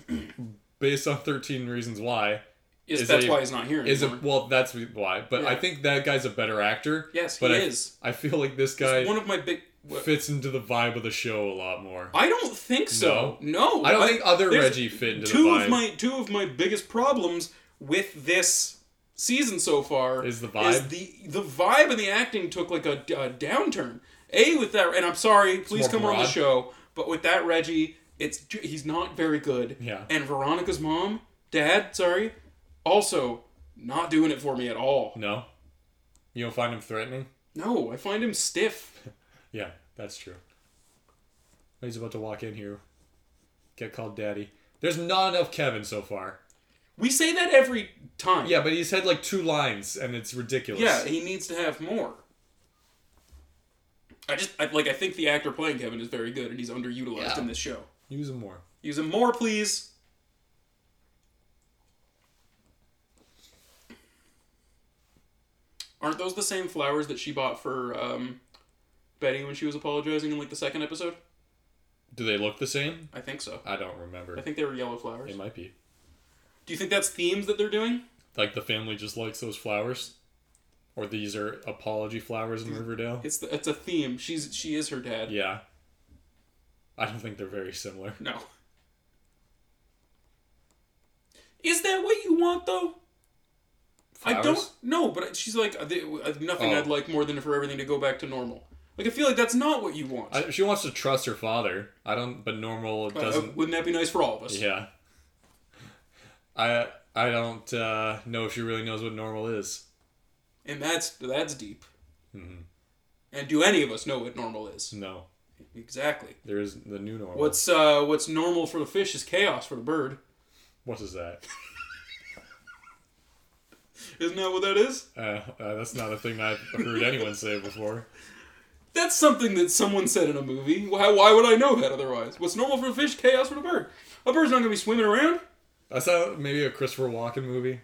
[SPEAKER 2] based on Thirteen Reasons Why.
[SPEAKER 1] Is,
[SPEAKER 2] Is
[SPEAKER 1] that's
[SPEAKER 2] a-
[SPEAKER 1] why he's not here
[SPEAKER 2] Is
[SPEAKER 1] anymore.
[SPEAKER 2] it well? That's why. But I
[SPEAKER 1] Yeah.
[SPEAKER 2] think that guy's a better actor.
[SPEAKER 1] Yes,
[SPEAKER 2] but
[SPEAKER 1] he
[SPEAKER 2] I,
[SPEAKER 1] is.
[SPEAKER 2] I feel like this guy
[SPEAKER 1] One of my big. what-
[SPEAKER 2] fits into the vibe of the show a lot more.
[SPEAKER 1] I don't think so. No,
[SPEAKER 2] I don't think other
[SPEAKER 1] there's
[SPEAKER 2] Reggie fit into the
[SPEAKER 1] two
[SPEAKER 2] vibe.
[SPEAKER 1] of my two of my biggest problems with this season so far
[SPEAKER 2] Is the vibe?
[SPEAKER 1] the the vibe and the acting took like a, a downturn. A with that, and I'm sorry, please
[SPEAKER 2] more
[SPEAKER 1] come on the
[SPEAKER 2] broad.
[SPEAKER 1] show, but with that Reggie, it's ju- he's not very good.
[SPEAKER 2] Yeah.
[SPEAKER 1] And Veronica's mom, dad, sorry, also not doing it for me at all.
[SPEAKER 2] No, you don't find him threatening.
[SPEAKER 1] No, I find him stiff.
[SPEAKER 2] Yeah, that's true. He's about to walk in here, get called daddy. There's not enough Kevin so far.
[SPEAKER 1] We say that every time.
[SPEAKER 2] Yeah, but he's had like two lines, and it's ridiculous.
[SPEAKER 1] Yeah, he needs to have more. I just I, like I think the actor playing Kevin is very good, and he's underutilized
[SPEAKER 2] Yeah.
[SPEAKER 1] in this show.
[SPEAKER 2] use him more.
[SPEAKER 1] Use him more, please. Aren't those the same flowers that she bought for um, Betty when she was apologizing in like the second episode?
[SPEAKER 2] Do they look the same?
[SPEAKER 1] I think so.
[SPEAKER 2] I don't remember.
[SPEAKER 1] I think they were yellow flowers.
[SPEAKER 2] they might be.
[SPEAKER 1] Do you think that's themes that they're doing?
[SPEAKER 2] Like the family just likes those flowers, or these are apology flowers in Riverdale.
[SPEAKER 1] It's the, it's a theme. She's she is her dad.
[SPEAKER 2] Yeah. I don't think they're very similar.
[SPEAKER 1] No. Is that what you want though? I don't
[SPEAKER 2] Flowers?
[SPEAKER 1] know, but she's like, uh, th- uh, nothing
[SPEAKER 2] Oh.
[SPEAKER 1] I'd like more than for everything to go back to normal. Like, I feel like that's not what you want.
[SPEAKER 2] I, she wants to trust her father. I don't. But normal
[SPEAKER 1] Uh,
[SPEAKER 2] doesn't.
[SPEAKER 1] wouldn't that be nice for all of us?
[SPEAKER 2] Yeah. I I don't uh, know if she really knows what normal is.
[SPEAKER 1] And that's that's deep.
[SPEAKER 2] Mm-hmm.
[SPEAKER 1] And do any of us know what normal is?
[SPEAKER 2] No,
[SPEAKER 1] Exactly.
[SPEAKER 2] there is the new normal.
[SPEAKER 1] What's uh, what's normal for the fish is chaos for the bird.
[SPEAKER 2] what is that?
[SPEAKER 1] Isn't that what that is?
[SPEAKER 2] Uh, uh, that's not a thing I've heard anyone say before.
[SPEAKER 1] That's something that someone said in a movie. Why, why would I know that otherwise? What's normal for a fish, chaos for the bird. A bird's not gonna be swimming around.
[SPEAKER 2] I saw maybe a Christopher Walken movie.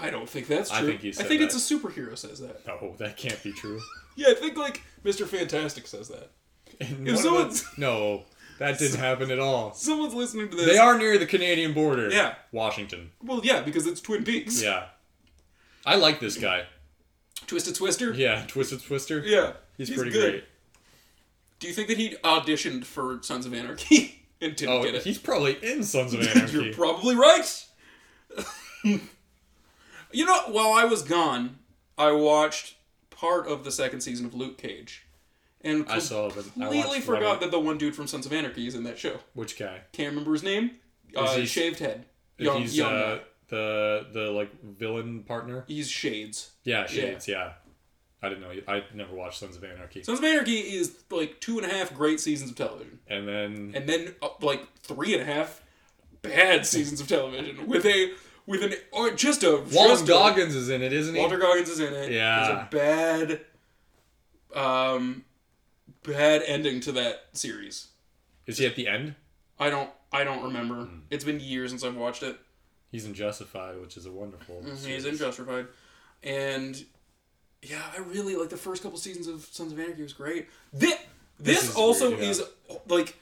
[SPEAKER 1] I don't think that's true.
[SPEAKER 2] I think he said
[SPEAKER 1] think
[SPEAKER 2] that.
[SPEAKER 1] it's a superhero says that.
[SPEAKER 2] No, that can't be true.
[SPEAKER 1] Yeah, I think like Mr. Fantastic says that.
[SPEAKER 2] And
[SPEAKER 1] If
[SPEAKER 2] one of the-
[SPEAKER 1] someone's-
[SPEAKER 2] no, that didn't happen at all.
[SPEAKER 1] Someone's listening to this.
[SPEAKER 2] They are near the Canadian border.
[SPEAKER 1] Yeah.
[SPEAKER 2] Washington.
[SPEAKER 1] Well, yeah, because it's Twin Peaks.
[SPEAKER 2] Yeah. I like this guy.
[SPEAKER 1] Twisted Twister.
[SPEAKER 2] Yeah, Twisted Twister.
[SPEAKER 1] Yeah,
[SPEAKER 2] He's, pretty great.
[SPEAKER 1] Do you think that he auditioned for Sons of Anarchy and didn't
[SPEAKER 2] Oh,
[SPEAKER 1] get it?
[SPEAKER 2] he's probably in Sons of Anarchy.
[SPEAKER 1] You're probably right. you know, while I was gone, I watched part of the second season of Luke Cage, and
[SPEAKER 2] I saw it, but I
[SPEAKER 1] completely
[SPEAKER 2] watched
[SPEAKER 1] forgot
[SPEAKER 2] one of-
[SPEAKER 1] that the one dude from Sons of Anarchy is in that show.
[SPEAKER 2] Which guy?
[SPEAKER 1] Can't remember his name. Uh,
[SPEAKER 2] he-
[SPEAKER 1] shaved head. Young,
[SPEAKER 2] he's
[SPEAKER 1] young
[SPEAKER 2] uh,
[SPEAKER 1] guy.
[SPEAKER 2] the the like villain partner.
[SPEAKER 1] He's Shades.
[SPEAKER 2] Yeah, Shades. Yeah. I didn't know. I never watched Sons of Anarchy.
[SPEAKER 1] Sons of Anarchy is like two and a half great seasons of television,
[SPEAKER 2] and then
[SPEAKER 1] and then uh, like three and a half bad seasons of television with a with an or just a
[SPEAKER 2] Walton
[SPEAKER 1] just a-
[SPEAKER 2] Goggins is in it, isn't he?
[SPEAKER 1] Walter Goggins is in it.
[SPEAKER 2] Yeah.
[SPEAKER 1] There's a bad, um, bad ending to that series.
[SPEAKER 2] is he at the end?
[SPEAKER 1] I don't, I don't remember.
[SPEAKER 2] Hmm.
[SPEAKER 1] It's been years since I've watched it.
[SPEAKER 2] He's in Justified, which is a wonderful.
[SPEAKER 1] Mm-hmm, He's
[SPEAKER 2] series.
[SPEAKER 1] in Justified, and yeah, I really like the first couple seasons of Sons of Anarchy was great. This, this,
[SPEAKER 2] is
[SPEAKER 1] also
[SPEAKER 2] weird, yeah.
[SPEAKER 1] is like,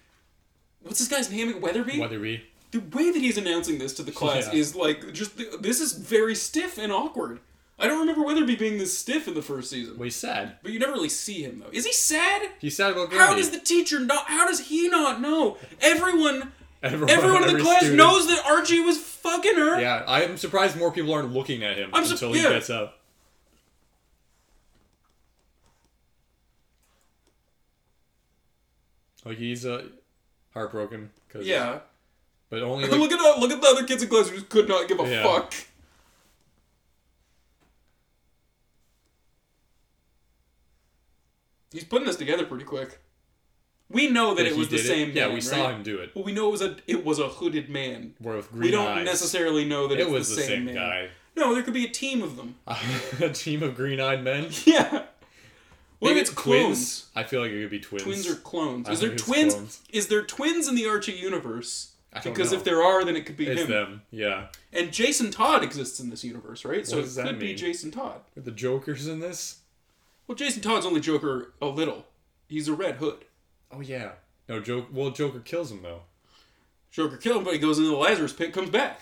[SPEAKER 1] what's this guy's name? Weatherby.
[SPEAKER 2] Weatherby.
[SPEAKER 1] the way that he's announcing this to the class
[SPEAKER 2] Yeah.
[SPEAKER 1] is like just this is very stiff and awkward. I don't remember Weatherby being this stiff in the first season.
[SPEAKER 2] Well, he's sad.
[SPEAKER 1] But you never really see him though. Is he sad?
[SPEAKER 2] He's sad about
[SPEAKER 1] How
[SPEAKER 2] gravity.
[SPEAKER 1] does the teacher not? How does he not know? Everyone,
[SPEAKER 2] everyone,
[SPEAKER 1] everyone in the
[SPEAKER 2] every
[SPEAKER 1] class
[SPEAKER 2] student-
[SPEAKER 1] knows that Archie was fucking her.
[SPEAKER 2] Yeah, I'm surprised more people aren't looking at him
[SPEAKER 1] I'm su-
[SPEAKER 2] until he
[SPEAKER 1] yeah.
[SPEAKER 2] gets up. Like he's uh, heartbroken. Cause,
[SPEAKER 1] Yeah.
[SPEAKER 2] but only like,
[SPEAKER 1] look at the, look at the other kids in class who just could not give a
[SPEAKER 2] Yeah.
[SPEAKER 1] fuck. He's putting this together pretty quick. We know that
[SPEAKER 2] he
[SPEAKER 1] it was the
[SPEAKER 2] did
[SPEAKER 1] same.
[SPEAKER 2] Yeah,
[SPEAKER 1] man,
[SPEAKER 2] we saw
[SPEAKER 1] right?
[SPEAKER 2] him do it.
[SPEAKER 1] Well, we know it was a it was a hooded man.
[SPEAKER 2] We're with green
[SPEAKER 1] we don't
[SPEAKER 2] eyes.
[SPEAKER 1] necessarily know that
[SPEAKER 2] It
[SPEAKER 1] it's
[SPEAKER 2] was
[SPEAKER 1] the,
[SPEAKER 2] the same,
[SPEAKER 1] man.
[SPEAKER 2] guy.
[SPEAKER 1] No, there could be a team of them.
[SPEAKER 2] A team of green-eyed men.
[SPEAKER 1] Yeah. What if
[SPEAKER 2] Maybe
[SPEAKER 1] it's clones?
[SPEAKER 2] I feel like it could be twins.
[SPEAKER 1] Twins or clones?
[SPEAKER 2] I
[SPEAKER 1] Is there
[SPEAKER 2] think it's
[SPEAKER 1] twins?
[SPEAKER 2] clones.
[SPEAKER 1] Is there twins in the Archie universe?
[SPEAKER 2] I don't
[SPEAKER 1] Because
[SPEAKER 2] know.
[SPEAKER 1] if there are, then it could be
[SPEAKER 2] it's
[SPEAKER 1] him.
[SPEAKER 2] them. Yeah.
[SPEAKER 1] And Jason Todd exists in this universe, right? So
[SPEAKER 2] What
[SPEAKER 1] it
[SPEAKER 2] does that
[SPEAKER 1] could be
[SPEAKER 2] mean?
[SPEAKER 1] Jason Todd.
[SPEAKER 2] Are the Joker's in this?
[SPEAKER 1] Well, Jason Todd's only Joker a little. He's a Red Hood.
[SPEAKER 2] Oh yeah. No joke. Well, Joker kills him though.
[SPEAKER 1] Joker killed him, but he goes into the Lazarus pit, comes back,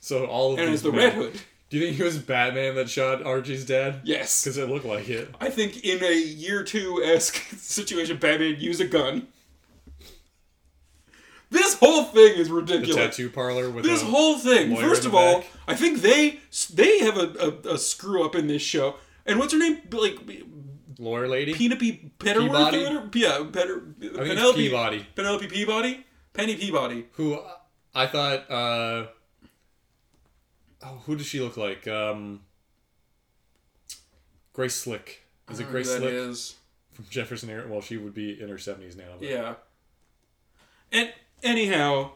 [SPEAKER 2] So all of
[SPEAKER 1] and
[SPEAKER 2] these
[SPEAKER 1] it's the
[SPEAKER 2] men-
[SPEAKER 1] Red Hood.
[SPEAKER 2] Do you think it was Batman that shot Archie's dad?
[SPEAKER 1] Yes.
[SPEAKER 2] Because it looked like it.
[SPEAKER 1] I think in a year two esque situation, Batman use a gun. This whole thing is
[SPEAKER 2] The
[SPEAKER 1] ridiculous.
[SPEAKER 2] tattoo parlor with
[SPEAKER 1] This
[SPEAKER 2] a-
[SPEAKER 1] whole thing.
[SPEAKER 2] lawyer
[SPEAKER 1] First
[SPEAKER 2] in
[SPEAKER 1] of
[SPEAKER 2] the
[SPEAKER 1] all,
[SPEAKER 2] back.
[SPEAKER 1] I think they they have a, a, a screw up in this show. And what's her name? Like
[SPEAKER 2] lawyer lady.
[SPEAKER 1] Penelope Petterworth?
[SPEAKER 2] Peabody?
[SPEAKER 1] or whatever? Yeah, Petter,
[SPEAKER 2] I think
[SPEAKER 1] Penelope
[SPEAKER 2] it's Peabody,
[SPEAKER 1] Penelope Peabody, Penny Peabody.
[SPEAKER 2] who uh, I thought. uh Oh, who does she look like? Um Grace Slick. Oh, Is it Grace
[SPEAKER 1] That
[SPEAKER 2] Slick
[SPEAKER 1] is.
[SPEAKER 2] from Jefferson Air? Well, she would be in her seventies now. But
[SPEAKER 1] Yeah. And anyhow,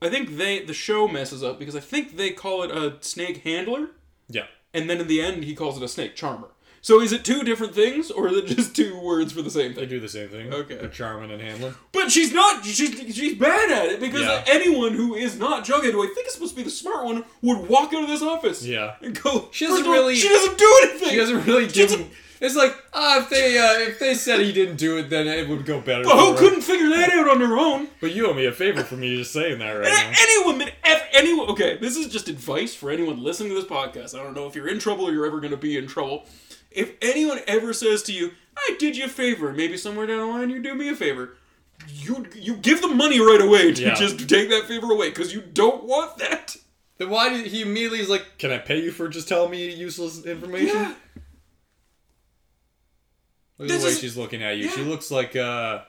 [SPEAKER 1] I think they the show messes up because I think they call it a snake handler.
[SPEAKER 2] yeah.
[SPEAKER 1] and then in the end he calls it a snake charmer. So is it two different things, or is it just two words for the same
[SPEAKER 2] They
[SPEAKER 1] thing?
[SPEAKER 2] do the same thing.
[SPEAKER 1] Okay.
[SPEAKER 2] They're Charmin and Hamlin.
[SPEAKER 1] But she's not. She's she's bad at it because
[SPEAKER 2] Yeah.
[SPEAKER 1] anyone who is not Jughead, who I think is supposed to be the smart one, would walk out of this office.
[SPEAKER 2] Yeah.
[SPEAKER 1] And go.
[SPEAKER 2] She doesn't
[SPEAKER 1] first of all,
[SPEAKER 2] really-
[SPEAKER 1] She doesn't do anything.
[SPEAKER 2] He doesn't really
[SPEAKER 1] She
[SPEAKER 2] give.
[SPEAKER 1] doesn't-
[SPEAKER 2] him- It's like ah, if they uh, if they said he didn't do it, then it would go better.
[SPEAKER 1] But who
[SPEAKER 2] for her.
[SPEAKER 1] couldn't figure that out on her own?
[SPEAKER 2] But you owe me a favor for me just saying that right now.
[SPEAKER 1] A- Any woman, if anyone, okay, this is just advice for anyone listening to this podcast. I don't know if you're in trouble or you're ever going to be in trouble. If anyone ever says to you, I did you a favor, maybe somewhere down the line you do me a favor, you you give them money right away to
[SPEAKER 2] Yeah.
[SPEAKER 1] just take that favor away because you don't want that.
[SPEAKER 2] Then why did he immediately is like, "Can I pay you for just telling me useless information?"
[SPEAKER 1] Yeah.
[SPEAKER 2] Look at
[SPEAKER 1] This
[SPEAKER 2] the way
[SPEAKER 1] is-
[SPEAKER 2] she's looking at you. She
[SPEAKER 1] Yeah.
[SPEAKER 2] looks like uh,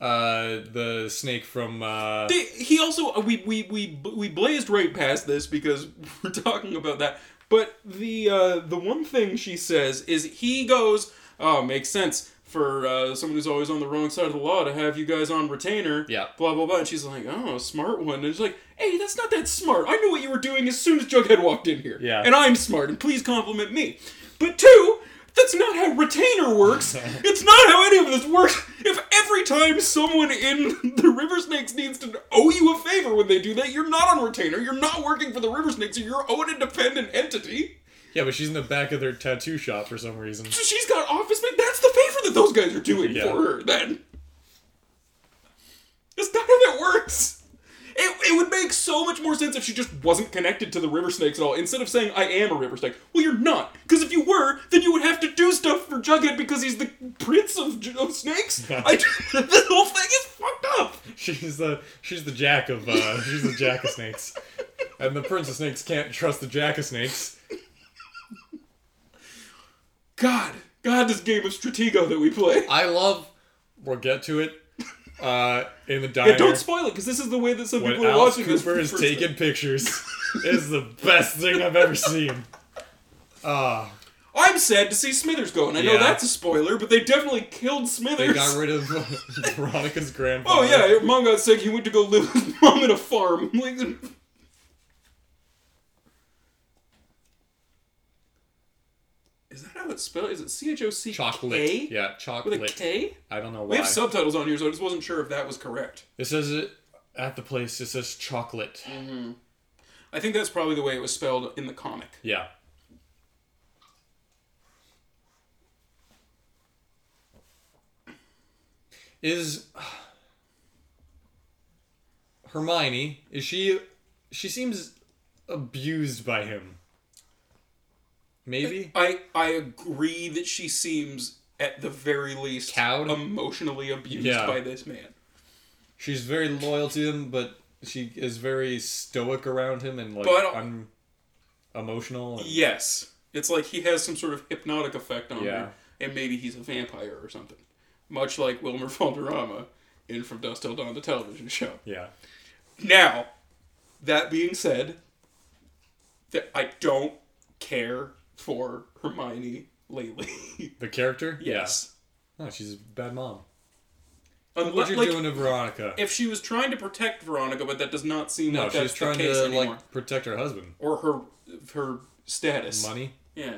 [SPEAKER 2] uh, the snake from uh,
[SPEAKER 1] They, he also we, we we we blazed right past this because we're talking about that. But the uh, the one thing she says is he goes, "Oh, makes sense for uh, someone who's always on the wrong side of the law to have you guys on retainer."
[SPEAKER 2] Yeah.
[SPEAKER 1] Blah blah blah. And she's like, "Oh, smart one." And she's like, "Hey, that's not that smart. I knew what you were doing as soon as Jughead walked in here.
[SPEAKER 2] Yeah.
[SPEAKER 1] And I'm smart. And please compliment me." But two. That's not how retainer works. it's not how any of this works. If every time someone in the River Snakes needs to owe you a favor when they do that, you're not on retainer. You're not working for the River Snakes. You're your own independent entity.
[SPEAKER 2] Yeah, but she's in the back of their tattoo shop for some reason.
[SPEAKER 1] So she's got office space. That's the favor that those guys are doing
[SPEAKER 2] Yeah.
[SPEAKER 1] for her. Then that's not how that works. It, it would make so much more sense if she just wasn't connected to the river snakes at all. Instead of saying I am a river snake, well you're not, because if you were, then you would have to do stuff for Jughead because he's the prince of, J- of snakes. I, the whole thing is fucked up.
[SPEAKER 2] She's the she's the jack of uh, she's the jack of snakes, and the prince of snakes can't trust the jack of snakes.
[SPEAKER 1] God, God, this game of Stratego that we play.
[SPEAKER 2] I love. We'll get to it. Uh, in the diner,
[SPEAKER 1] Yeah, don't spoil it, because this is the way that some
[SPEAKER 2] when
[SPEAKER 1] people are
[SPEAKER 2] Alice
[SPEAKER 1] watching this.
[SPEAKER 2] Cooper is
[SPEAKER 1] for the first
[SPEAKER 2] taking pictures, is the best thing I've ever seen.
[SPEAKER 1] I'm sad to see Smithers going. I know
[SPEAKER 2] Yeah.
[SPEAKER 1] that's a spoiler, but they definitely killed Smithers.
[SPEAKER 2] They got rid of Veronica's grandfather.
[SPEAKER 1] oh yeah, mom got sick. He went to go live with his mom in a farm. Like, is that how it's spelled? Is it C H O C K?
[SPEAKER 2] chocolate. Yeah,
[SPEAKER 1] with a
[SPEAKER 2] chocolate.
[SPEAKER 1] K.
[SPEAKER 2] I don't know
[SPEAKER 1] We
[SPEAKER 2] why.
[SPEAKER 1] have subtitles on here, so I just wasn't sure if that was correct.
[SPEAKER 2] it says it at the place. It says chocolate.
[SPEAKER 1] Mm. I think that's probably the way it was spelled in the comic.
[SPEAKER 2] Yeah. Is Hermione, is she she seems abused by him. Maybe?
[SPEAKER 1] I I agree that she seems at the very least
[SPEAKER 2] Cowed?
[SPEAKER 1] emotionally abused
[SPEAKER 2] Yeah.
[SPEAKER 1] by this man.
[SPEAKER 2] She's very loyal to him, but she is very stoic around him and like
[SPEAKER 1] But-
[SPEAKER 2] un- emotional and
[SPEAKER 1] Yes. It's like he has some sort of hypnotic effect on
[SPEAKER 2] Yeah.
[SPEAKER 1] her, and maybe he's a vampire or something. Much like Wilmer Valderrama in From Dust Till Dawn, the television show.
[SPEAKER 2] yeah.
[SPEAKER 1] Now, that being said, that I don't care for Hermione lately.
[SPEAKER 2] The character?
[SPEAKER 1] yes.
[SPEAKER 2] Yeah. No, she's a bad mom.
[SPEAKER 1] Unless,
[SPEAKER 2] What you're
[SPEAKER 1] like,
[SPEAKER 2] doing to Veronica?
[SPEAKER 1] if she was trying to protect Veronica, but that does not seem
[SPEAKER 2] no,
[SPEAKER 1] like
[SPEAKER 2] she's
[SPEAKER 1] that's
[SPEAKER 2] trying
[SPEAKER 1] the case
[SPEAKER 2] to
[SPEAKER 1] anymore.
[SPEAKER 2] like protect her husband.
[SPEAKER 1] or her her status.
[SPEAKER 2] Money.
[SPEAKER 1] Yeah.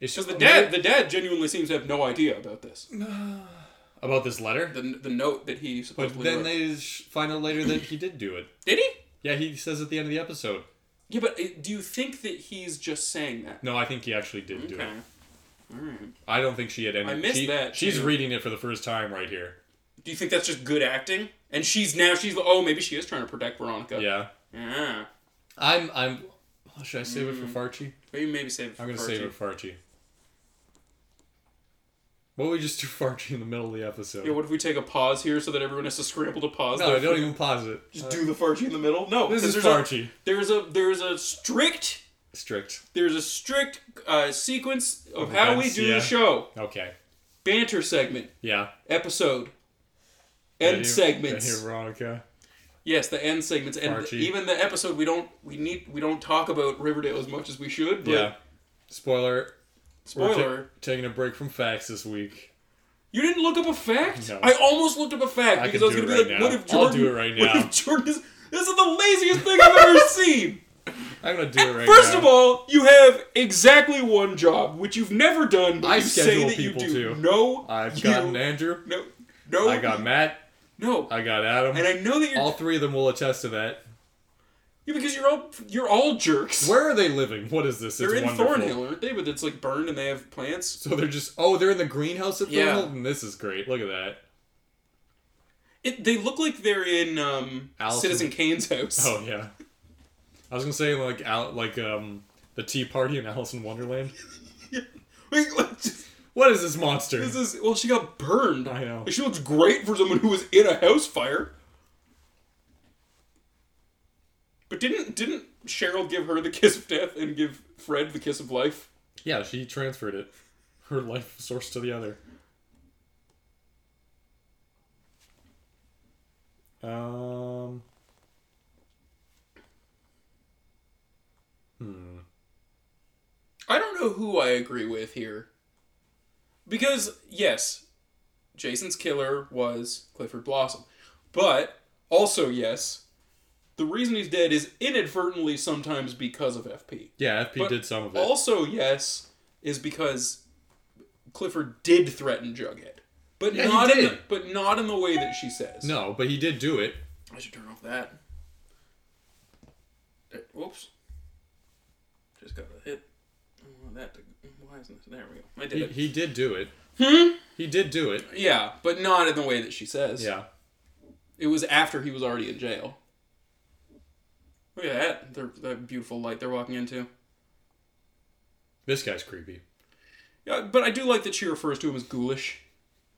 [SPEAKER 2] It's
[SPEAKER 1] Because the dad, the dad genuinely seems to have no idea about this.
[SPEAKER 2] about this letter.
[SPEAKER 1] The, the note that he
[SPEAKER 2] But
[SPEAKER 1] supposedly
[SPEAKER 2] then
[SPEAKER 1] wrote.
[SPEAKER 2] they sh- find out later that he did do it.
[SPEAKER 1] did he?
[SPEAKER 2] Yeah, he says at the end of the episode.
[SPEAKER 1] Yeah, but uh, do you think that he's just saying that?
[SPEAKER 2] No, I think he actually did do
[SPEAKER 1] Okay.
[SPEAKER 2] it.
[SPEAKER 1] All right.
[SPEAKER 2] I don't think she had any.
[SPEAKER 1] I missed
[SPEAKER 2] she-
[SPEAKER 1] that,
[SPEAKER 2] She's
[SPEAKER 1] too.
[SPEAKER 2] reading it for the first time right here.
[SPEAKER 1] Do you think that's just good acting? And she's now she's like, oh maybe she is trying to protect Veronica.
[SPEAKER 2] Yeah,
[SPEAKER 1] Yeah.
[SPEAKER 2] I'm. I'm. oh, should I save it
[SPEAKER 1] Hmm.
[SPEAKER 2] for Farchi?
[SPEAKER 1] Maybe maybe save. It for
[SPEAKER 2] I'm gonna
[SPEAKER 1] Archie.
[SPEAKER 2] save it for Farchi. What would we just do Farchi in the middle of the episode?
[SPEAKER 1] Yeah, what if we take a pause here so that everyone has to scramble to pause?
[SPEAKER 2] no,
[SPEAKER 1] their
[SPEAKER 2] don't
[SPEAKER 1] food?
[SPEAKER 2] even pause it.
[SPEAKER 1] Just do the Farchi in the middle. No,
[SPEAKER 2] This
[SPEAKER 1] 'cause
[SPEAKER 2] is
[SPEAKER 1] there's
[SPEAKER 2] Farchi.
[SPEAKER 1] A, there's a there's a strict
[SPEAKER 2] Strict.
[SPEAKER 1] there's a strict uh, sequence of
[SPEAKER 2] Of
[SPEAKER 1] how
[SPEAKER 2] events,
[SPEAKER 1] we do
[SPEAKER 2] yeah.
[SPEAKER 1] the show.
[SPEAKER 2] Okay.
[SPEAKER 1] Banter segment,
[SPEAKER 2] Yeah.
[SPEAKER 1] episode,
[SPEAKER 2] Right
[SPEAKER 1] end
[SPEAKER 2] here-
[SPEAKER 1] segments.
[SPEAKER 2] right here, Veronica.
[SPEAKER 1] Yes, the end segments, and
[SPEAKER 2] Archie.
[SPEAKER 1] even the episode we don't we need we don't talk about Riverdale as much as we should. But
[SPEAKER 2] Yeah. Spoiler. We're ta-
[SPEAKER 1] Spoiler:
[SPEAKER 2] taking a break from facts this week.
[SPEAKER 1] You didn't look up a fact.
[SPEAKER 2] No.
[SPEAKER 1] I almost looked up a fact
[SPEAKER 2] I
[SPEAKER 1] because I
[SPEAKER 2] can
[SPEAKER 1] was
[SPEAKER 2] do
[SPEAKER 1] gonna
[SPEAKER 2] it
[SPEAKER 1] be
[SPEAKER 2] right
[SPEAKER 1] like,
[SPEAKER 2] now.
[SPEAKER 1] "What if
[SPEAKER 2] I'll
[SPEAKER 1] Jordan?
[SPEAKER 2] do it right
[SPEAKER 1] What
[SPEAKER 2] now.
[SPEAKER 1] if Jordan is? This is the laziest thing I've ever seen."
[SPEAKER 2] I'm gonna do it right
[SPEAKER 1] First
[SPEAKER 2] now.
[SPEAKER 1] of all, you have exactly one job, which you've never done, but
[SPEAKER 2] I
[SPEAKER 1] you say
[SPEAKER 2] schedule
[SPEAKER 1] that you
[SPEAKER 2] people,
[SPEAKER 1] do.
[SPEAKER 2] too.
[SPEAKER 1] No,
[SPEAKER 2] I've
[SPEAKER 1] you-
[SPEAKER 2] gotten Andrew.
[SPEAKER 1] No, no,
[SPEAKER 2] I got Matt.
[SPEAKER 1] no.
[SPEAKER 2] I got Adam.
[SPEAKER 1] and I know that you're
[SPEAKER 2] all three of them will attest to that.
[SPEAKER 1] yeah, because you're all you're all jerks.
[SPEAKER 2] Where are they living? What is this?
[SPEAKER 1] they're
[SPEAKER 2] it's
[SPEAKER 1] in
[SPEAKER 2] wonderful.
[SPEAKER 1] Thornhill, aren't they? But it's like burned and they have plants.
[SPEAKER 2] So they're just oh, they're in the greenhouse at
[SPEAKER 1] Yeah.
[SPEAKER 2] Thornhill. And this is great. Look at that.
[SPEAKER 1] It, they look like they're in um,
[SPEAKER 2] Alice
[SPEAKER 1] Citizen
[SPEAKER 2] in-
[SPEAKER 1] Kane's house.
[SPEAKER 2] Oh yeah. I was gonna say like out like um the Tea Party in Alice in Wonderland.
[SPEAKER 1] Wait, what?
[SPEAKER 2] What is this monster?
[SPEAKER 1] This is well, she got burned.
[SPEAKER 2] I know.
[SPEAKER 1] She looks great for someone who was in a house fire. But didn't didn't Cheryl give her the kiss of death and give Fred the kiss of life?
[SPEAKER 2] yeah, she transferred it, her life source to the other. Um.
[SPEAKER 1] I don't know who I agree with here. Because, yes, Jason's killer was Clifford Blossom. But, also, yes, the reason he's dead is inadvertently sometimes because of FP.
[SPEAKER 2] Yeah, FP
[SPEAKER 1] But
[SPEAKER 2] did some of it.
[SPEAKER 1] Also, yes, is because Clifford did threaten Jughead, but
[SPEAKER 2] Yeah, he
[SPEAKER 1] not in the,
[SPEAKER 2] did.
[SPEAKER 1] but not in the way that she says.
[SPEAKER 2] no, but he did do it.
[SPEAKER 1] I should turn off that. Eh, Whoops. Just got a hit. I don't want that to. Why isn't this? There we go. I did
[SPEAKER 2] He,
[SPEAKER 1] it.
[SPEAKER 2] he did do it.
[SPEAKER 1] Hmm?
[SPEAKER 2] He did do it.
[SPEAKER 1] Yeah, but not in the way that she says.
[SPEAKER 2] Yeah.
[SPEAKER 1] It was after he was already in jail. Look at that. They're, that beautiful light they're walking into.
[SPEAKER 2] This guy's creepy.
[SPEAKER 1] Yeah, but I do like that she refers to him as ghoulish.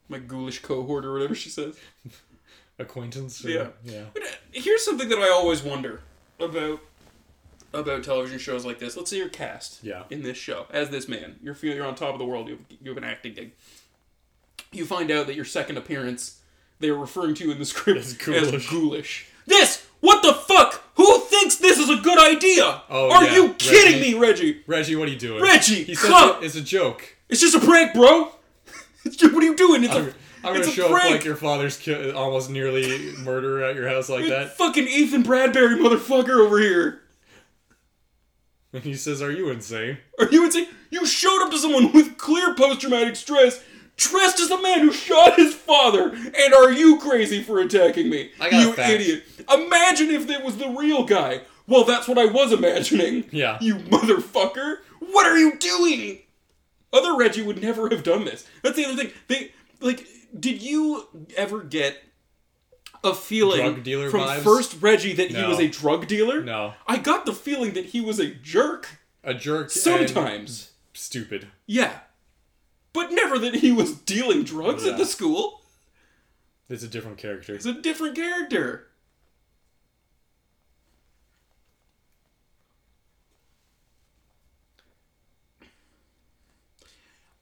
[SPEAKER 1] My ghoulish cohort or whatever she says.
[SPEAKER 2] Acquaintance? or-
[SPEAKER 1] Yeah.
[SPEAKER 2] Yeah.
[SPEAKER 1] But uh, here's something that I always wonder about about television shows like this. Let's say you're cast
[SPEAKER 2] Yeah.
[SPEAKER 1] in this show as this man. You're feel you're on top of the world. You have, you have an acting gig. You find out that your second appearance, they're referring to you in the script as ghoulish.
[SPEAKER 2] ghoulish.
[SPEAKER 1] This what the fuck? Who thinks this is a good idea?
[SPEAKER 2] Oh,
[SPEAKER 1] Are
[SPEAKER 2] yeah,
[SPEAKER 1] you kidding
[SPEAKER 2] Reggie.
[SPEAKER 1] me, Reggie?
[SPEAKER 2] Reggie, what are you doing?
[SPEAKER 1] Reggie,
[SPEAKER 2] He says
[SPEAKER 1] come-
[SPEAKER 2] it- it's a joke.
[SPEAKER 1] It's just a prank, bro. It's just- what are you doing? It's a,
[SPEAKER 2] I'm, I'm
[SPEAKER 1] it's
[SPEAKER 2] gonna
[SPEAKER 1] a
[SPEAKER 2] show
[SPEAKER 1] prank.
[SPEAKER 2] up like your father's ki- almost nearly murderer at your house like that.
[SPEAKER 1] fucking Ethan Bradbury motherfucker over here.
[SPEAKER 2] And he says, "Are you insane?"
[SPEAKER 1] Or you would say, you showed up to someone with clear post traumatic stress, dressed as the man who shot his father, and are you crazy for attacking me?
[SPEAKER 2] I got
[SPEAKER 1] you
[SPEAKER 2] facts.
[SPEAKER 1] idiot. Imagine if that was the real guy. Well, that's what I was imagining.
[SPEAKER 2] Yeah.
[SPEAKER 1] You motherfucker. What are you doing? Other Reggie would never have done this. That's the other thing. They like did you ever get a feeling
[SPEAKER 2] Drug dealer
[SPEAKER 1] from
[SPEAKER 2] vibes?
[SPEAKER 1] first Reggie that he
[SPEAKER 2] No.
[SPEAKER 1] was a drug dealer?
[SPEAKER 2] No,
[SPEAKER 1] I got the feeling that he was a jerk
[SPEAKER 2] a jerk. and
[SPEAKER 1] sometimes.
[SPEAKER 2] stupid.
[SPEAKER 1] Yeah. But never that he was dealing drugs
[SPEAKER 2] Yeah.
[SPEAKER 1] at the school.
[SPEAKER 2] It's a different character.
[SPEAKER 1] He's a different character.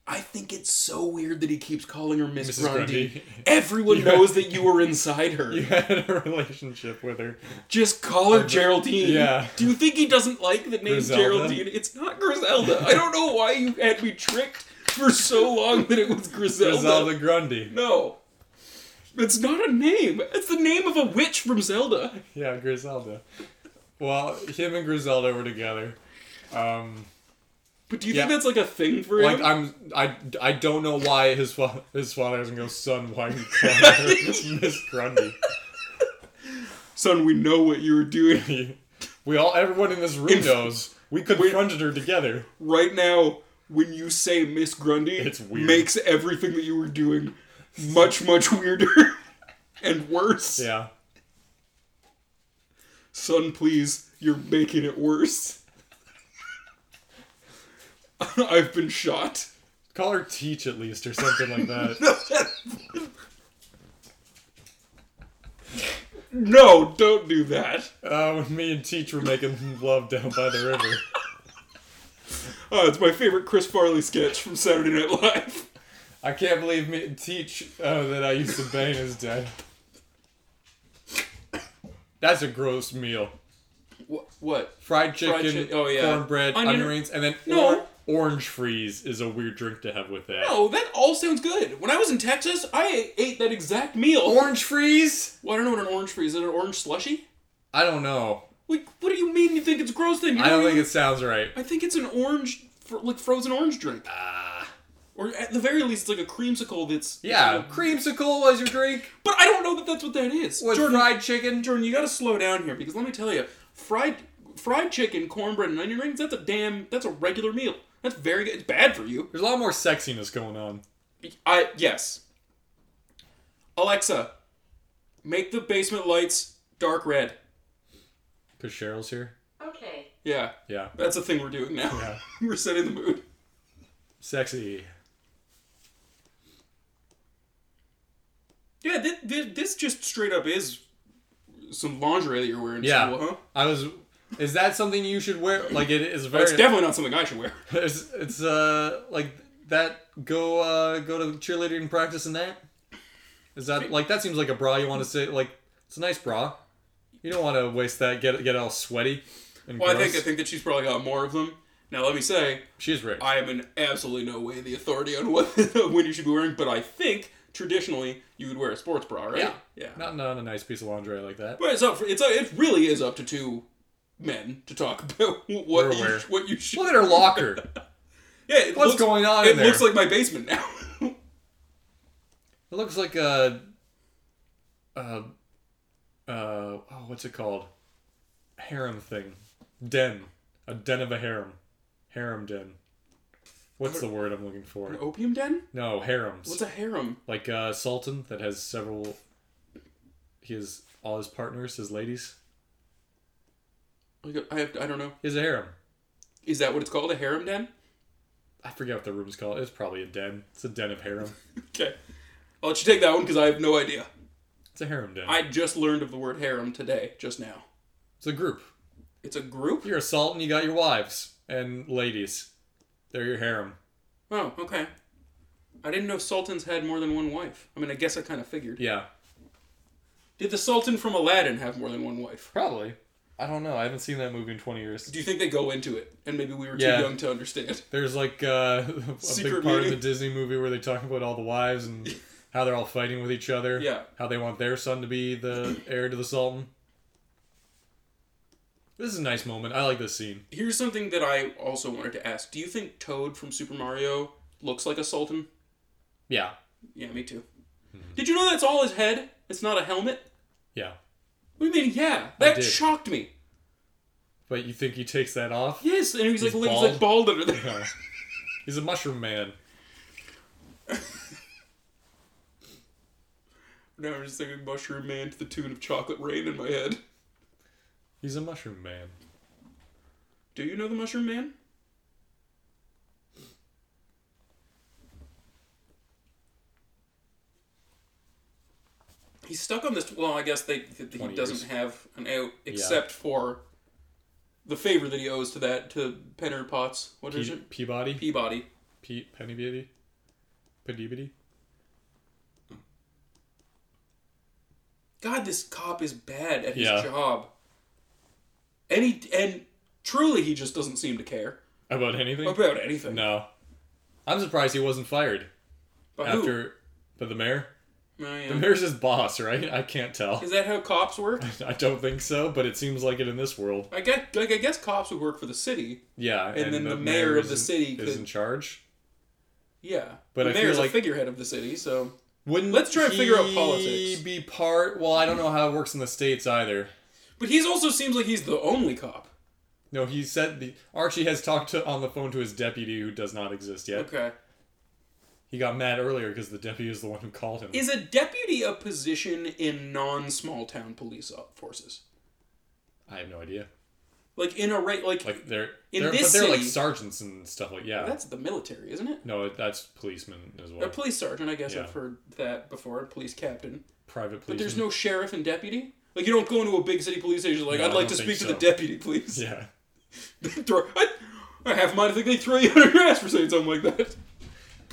[SPEAKER 1] I think it's so weird that he keeps calling her Miss
[SPEAKER 2] Mrs.
[SPEAKER 1] Grundy.
[SPEAKER 2] Grundy.
[SPEAKER 1] Everyone knows that you were inside her.
[SPEAKER 2] You had a relationship with her.
[SPEAKER 1] Just call her Geraldine.
[SPEAKER 2] yeah.
[SPEAKER 1] Do you think he doesn't like the name
[SPEAKER 2] Griselda?
[SPEAKER 1] Geraldine? It's not Griselda. I don't know why you had me tricked for so long that it was Griselda.
[SPEAKER 2] Griselda Grundy.
[SPEAKER 1] No. It's not a name. It's the name of a witch from Zelda.
[SPEAKER 2] Yeah, Griselda. Well, him and Griselda were together. Um,
[SPEAKER 1] But do you
[SPEAKER 2] Yeah.
[SPEAKER 1] think that's like a thing for
[SPEAKER 2] like
[SPEAKER 1] him?
[SPEAKER 2] I'm, I, I don't know why his fa- his father doesn't go son. Why you call her Miss Grundy?
[SPEAKER 1] Son, we know what you were doing.
[SPEAKER 2] We all, everyone in this room knows. We confronted her together.
[SPEAKER 1] Right now, when you say Miss Grundy,
[SPEAKER 2] It's weird.
[SPEAKER 1] makes everything that you were doing much, much weirder and worse.
[SPEAKER 2] Yeah.
[SPEAKER 1] Son, please, you're making it worse. I've been shot.
[SPEAKER 2] Call her Teach at least or something like that.
[SPEAKER 1] No, don't do that.
[SPEAKER 2] Uh, when me and Teach were making love down by the river.
[SPEAKER 1] Oh, it's my favorite Chris Farley sketch from Saturday Night Live.
[SPEAKER 2] I can't believe me Teach uh, that I used to bang is dead. That's a gross meal.
[SPEAKER 1] What? what?
[SPEAKER 2] Fried chicken,
[SPEAKER 1] chi- oh, yeah.
[SPEAKER 2] cornbread,
[SPEAKER 1] Onion-
[SPEAKER 2] onion, rings, and then
[SPEAKER 1] No.
[SPEAKER 2] or- orange freeze is a weird drink to have with that.
[SPEAKER 1] Oh, that all sounds good. When I was in Texas, I ate that exact meal.
[SPEAKER 2] Orange freeze?
[SPEAKER 1] well, I don't know what an orange free is. Is it an orange slushy?
[SPEAKER 2] I don't know.
[SPEAKER 1] Like, what do you mean you think it's gross then? You
[SPEAKER 2] I don't think
[SPEAKER 1] even-
[SPEAKER 2] it sounds right.
[SPEAKER 1] I think it's an orange, fr- like frozen orange drink. Ah. Or at the very least, it's like a creamsicle that's.
[SPEAKER 2] Yeah, creamsicle was your drink
[SPEAKER 1] But I don't know that that's what that is.
[SPEAKER 2] with
[SPEAKER 1] Jordan,
[SPEAKER 2] fried chicken.
[SPEAKER 1] Jordan, you gotta slow down here because let me tell you, fried fried chicken, cornbread, and onion rings, that's a damn, that's a regular meal. That's very good. It's bad for you.
[SPEAKER 2] There's a lot more sexiness going on.
[SPEAKER 1] I yes. Alexa, make the basement lights dark red.
[SPEAKER 2] Cause Cheryl's here.
[SPEAKER 4] Okay.
[SPEAKER 1] Yeah,
[SPEAKER 2] Yeah,
[SPEAKER 1] that's a thing we're doing now.
[SPEAKER 2] Yeah.
[SPEAKER 1] we're setting the mood.
[SPEAKER 2] sexy.
[SPEAKER 1] Yeah, thi- thi- this just straight up is some lingerie that you're wearing. to
[SPEAKER 2] Yeah.
[SPEAKER 1] school, huh?
[SPEAKER 2] I was. Is that something you should wear? Like it is very.
[SPEAKER 1] It's definitely not something I should wear.
[SPEAKER 2] It's, it's uh like that. Go uh go to cheerleading practice and that. Is that like that seems like a bra you want to say like it's a nice bra. You don't want to waste that. Get get all sweaty. And
[SPEAKER 1] Well, I
[SPEAKER 2] gross.
[SPEAKER 1] think I think that she's probably got more of them. Now, let me say,
[SPEAKER 2] she's rich.
[SPEAKER 1] I am in absolutely no way the authority on what when you should be wearing, but I think traditionally you would wear a sports bra, right?
[SPEAKER 2] Yeah.
[SPEAKER 1] yeah.
[SPEAKER 2] Not not a nice piece of lingerie like that.
[SPEAKER 1] But it's up. For, it's up, it really is up to two men to talk about
[SPEAKER 2] We're
[SPEAKER 1] what you,
[SPEAKER 2] aware.
[SPEAKER 1] what you should.
[SPEAKER 2] Look at her locker.
[SPEAKER 1] yeah, it
[SPEAKER 2] What's
[SPEAKER 1] looks,
[SPEAKER 2] going on
[SPEAKER 1] It
[SPEAKER 2] in there?
[SPEAKER 1] looks like my basement now.
[SPEAKER 2] It looks like a, uh, uh, oh, what's it called? Harem thing, den, a den of a harem, harem den. What's the word I'm looking for?
[SPEAKER 1] An opium den?
[SPEAKER 2] No, harems.
[SPEAKER 1] What's a harem?
[SPEAKER 2] Like uh, Sultan that has several. He has all his partners, his ladies.
[SPEAKER 1] Like a, I have, I don't know.
[SPEAKER 2] He has a harem.
[SPEAKER 1] Is that what it's called? A harem den?
[SPEAKER 2] I forget what the room's called. It's probably a den. It's a den of harem.
[SPEAKER 1] Okay, I'll let you take that one because I have no idea.
[SPEAKER 2] It's a harem den.
[SPEAKER 1] I just learned of the word harem today, just now.
[SPEAKER 2] It's a group.
[SPEAKER 1] It's a group.
[SPEAKER 2] You're a Sultan. You got your wives and ladies. They're your harem.
[SPEAKER 1] Oh, okay. I didn't know sultans had more than one wife. I mean, I guess I kind of figured.
[SPEAKER 2] Yeah.
[SPEAKER 1] Did the Sultan from Aladdin have more than one wife?
[SPEAKER 2] Probably. I don't know. I haven't seen that movie in 20 years.
[SPEAKER 1] Do you think they go into it? And maybe we were too
[SPEAKER 2] Yeah.
[SPEAKER 1] young to understand.
[SPEAKER 2] There's like uh, a
[SPEAKER 1] Secret
[SPEAKER 2] big part
[SPEAKER 1] meeting.
[SPEAKER 2] of the Disney movie where they talk about all the wives and how they're all fighting with each other.
[SPEAKER 1] Yeah.
[SPEAKER 2] How they want their son to be the heir to the Sultan. This is a nice moment. I like this scene.
[SPEAKER 1] Here's something that I also wanted to ask. Do you think Toad from Super Mario looks like a Sultan?
[SPEAKER 2] Yeah.
[SPEAKER 1] Yeah, me too.
[SPEAKER 2] Hmm.
[SPEAKER 1] Did you know that's all his head? It's not a helmet?
[SPEAKER 2] Yeah.
[SPEAKER 1] What do you mean, yeah? That
[SPEAKER 2] did.
[SPEAKER 1] shocked me.
[SPEAKER 2] But you think he takes that off?
[SPEAKER 1] Yes, and he's,
[SPEAKER 2] He's
[SPEAKER 1] like, he's like bald under there.
[SPEAKER 2] No. He's a mushroom man.
[SPEAKER 1] now I'm just thinking Mushroom Man to the tune of Chocolate Rain in my head.
[SPEAKER 2] He's a mushroom man.
[SPEAKER 1] Do you know the Mushroom Man? He's stuck on this. Well, I guess they, that he
[SPEAKER 2] 20
[SPEAKER 1] doesn't
[SPEAKER 2] years.
[SPEAKER 1] have an out except for the favor that he owes to that to Penner Potts. What is
[SPEAKER 2] Pe-
[SPEAKER 1] it?
[SPEAKER 2] Peabody?
[SPEAKER 1] Peabody.
[SPEAKER 2] Pe- Pennybeatty? Pennybeatty?
[SPEAKER 1] God, this cop is bad at his
[SPEAKER 2] Yeah.
[SPEAKER 1] job. And he and truly, he just doesn't seem to care
[SPEAKER 2] About anything?
[SPEAKER 1] about anything.
[SPEAKER 2] No. I'm surprised he wasn't fired
[SPEAKER 1] By who?
[SPEAKER 2] after. But the mayor?
[SPEAKER 1] Oh, yeah.
[SPEAKER 2] The mayor's his boss, right? I can't tell.
[SPEAKER 1] Is that how cops work?
[SPEAKER 2] I don't think so, but it seems like it in this world.
[SPEAKER 1] I get like I guess cops would work for the city.
[SPEAKER 2] Yeah, and,
[SPEAKER 1] then the mayor of the
[SPEAKER 2] is-
[SPEAKER 1] city
[SPEAKER 2] is
[SPEAKER 1] could-
[SPEAKER 2] in charge.
[SPEAKER 1] Yeah,
[SPEAKER 2] But
[SPEAKER 1] the
[SPEAKER 2] I feel
[SPEAKER 1] mayor's
[SPEAKER 2] like-
[SPEAKER 1] a figurehead of the city, so
[SPEAKER 2] Wouldn't
[SPEAKER 1] Let's try and figure out
[SPEAKER 2] he
[SPEAKER 1] politics.
[SPEAKER 2] Be part. Well, I don't know how it works in the states either.
[SPEAKER 1] but he's also seems like he's the only cop.
[SPEAKER 2] No, he said the Archie has talked to, on the phone to his deputy, who does not exist yet.
[SPEAKER 1] Okay,
[SPEAKER 2] He got mad earlier because the deputy is the one who called him.
[SPEAKER 1] is a deputy a position in non-small town police forces?
[SPEAKER 2] I have no idea.
[SPEAKER 1] Like in a rate, like,
[SPEAKER 2] Like they're,
[SPEAKER 1] In
[SPEAKER 2] they're
[SPEAKER 1] this
[SPEAKER 2] but they're like
[SPEAKER 1] city-
[SPEAKER 2] sergeants and stuff like yeah.
[SPEAKER 1] that's the military, isn't it?
[SPEAKER 2] no, that's policemen as well.
[SPEAKER 1] A police sergeant, I guess
[SPEAKER 2] Yeah. Mhm.
[SPEAKER 1] I've heard that before. A police captain,
[SPEAKER 2] Private policemen.
[SPEAKER 1] but there's no sheriff and deputy. Like you don't go into a big city police station like
[SPEAKER 2] No,
[SPEAKER 1] I'd
[SPEAKER 2] I
[SPEAKER 1] like to
[SPEAKER 2] don't
[SPEAKER 1] speak
[SPEAKER 2] think
[SPEAKER 1] to the
[SPEAKER 2] so."
[SPEAKER 1] deputy, please.
[SPEAKER 2] Yeah.
[SPEAKER 1] Throw- I, I half mind I think they throw you under your ass for saying something like that.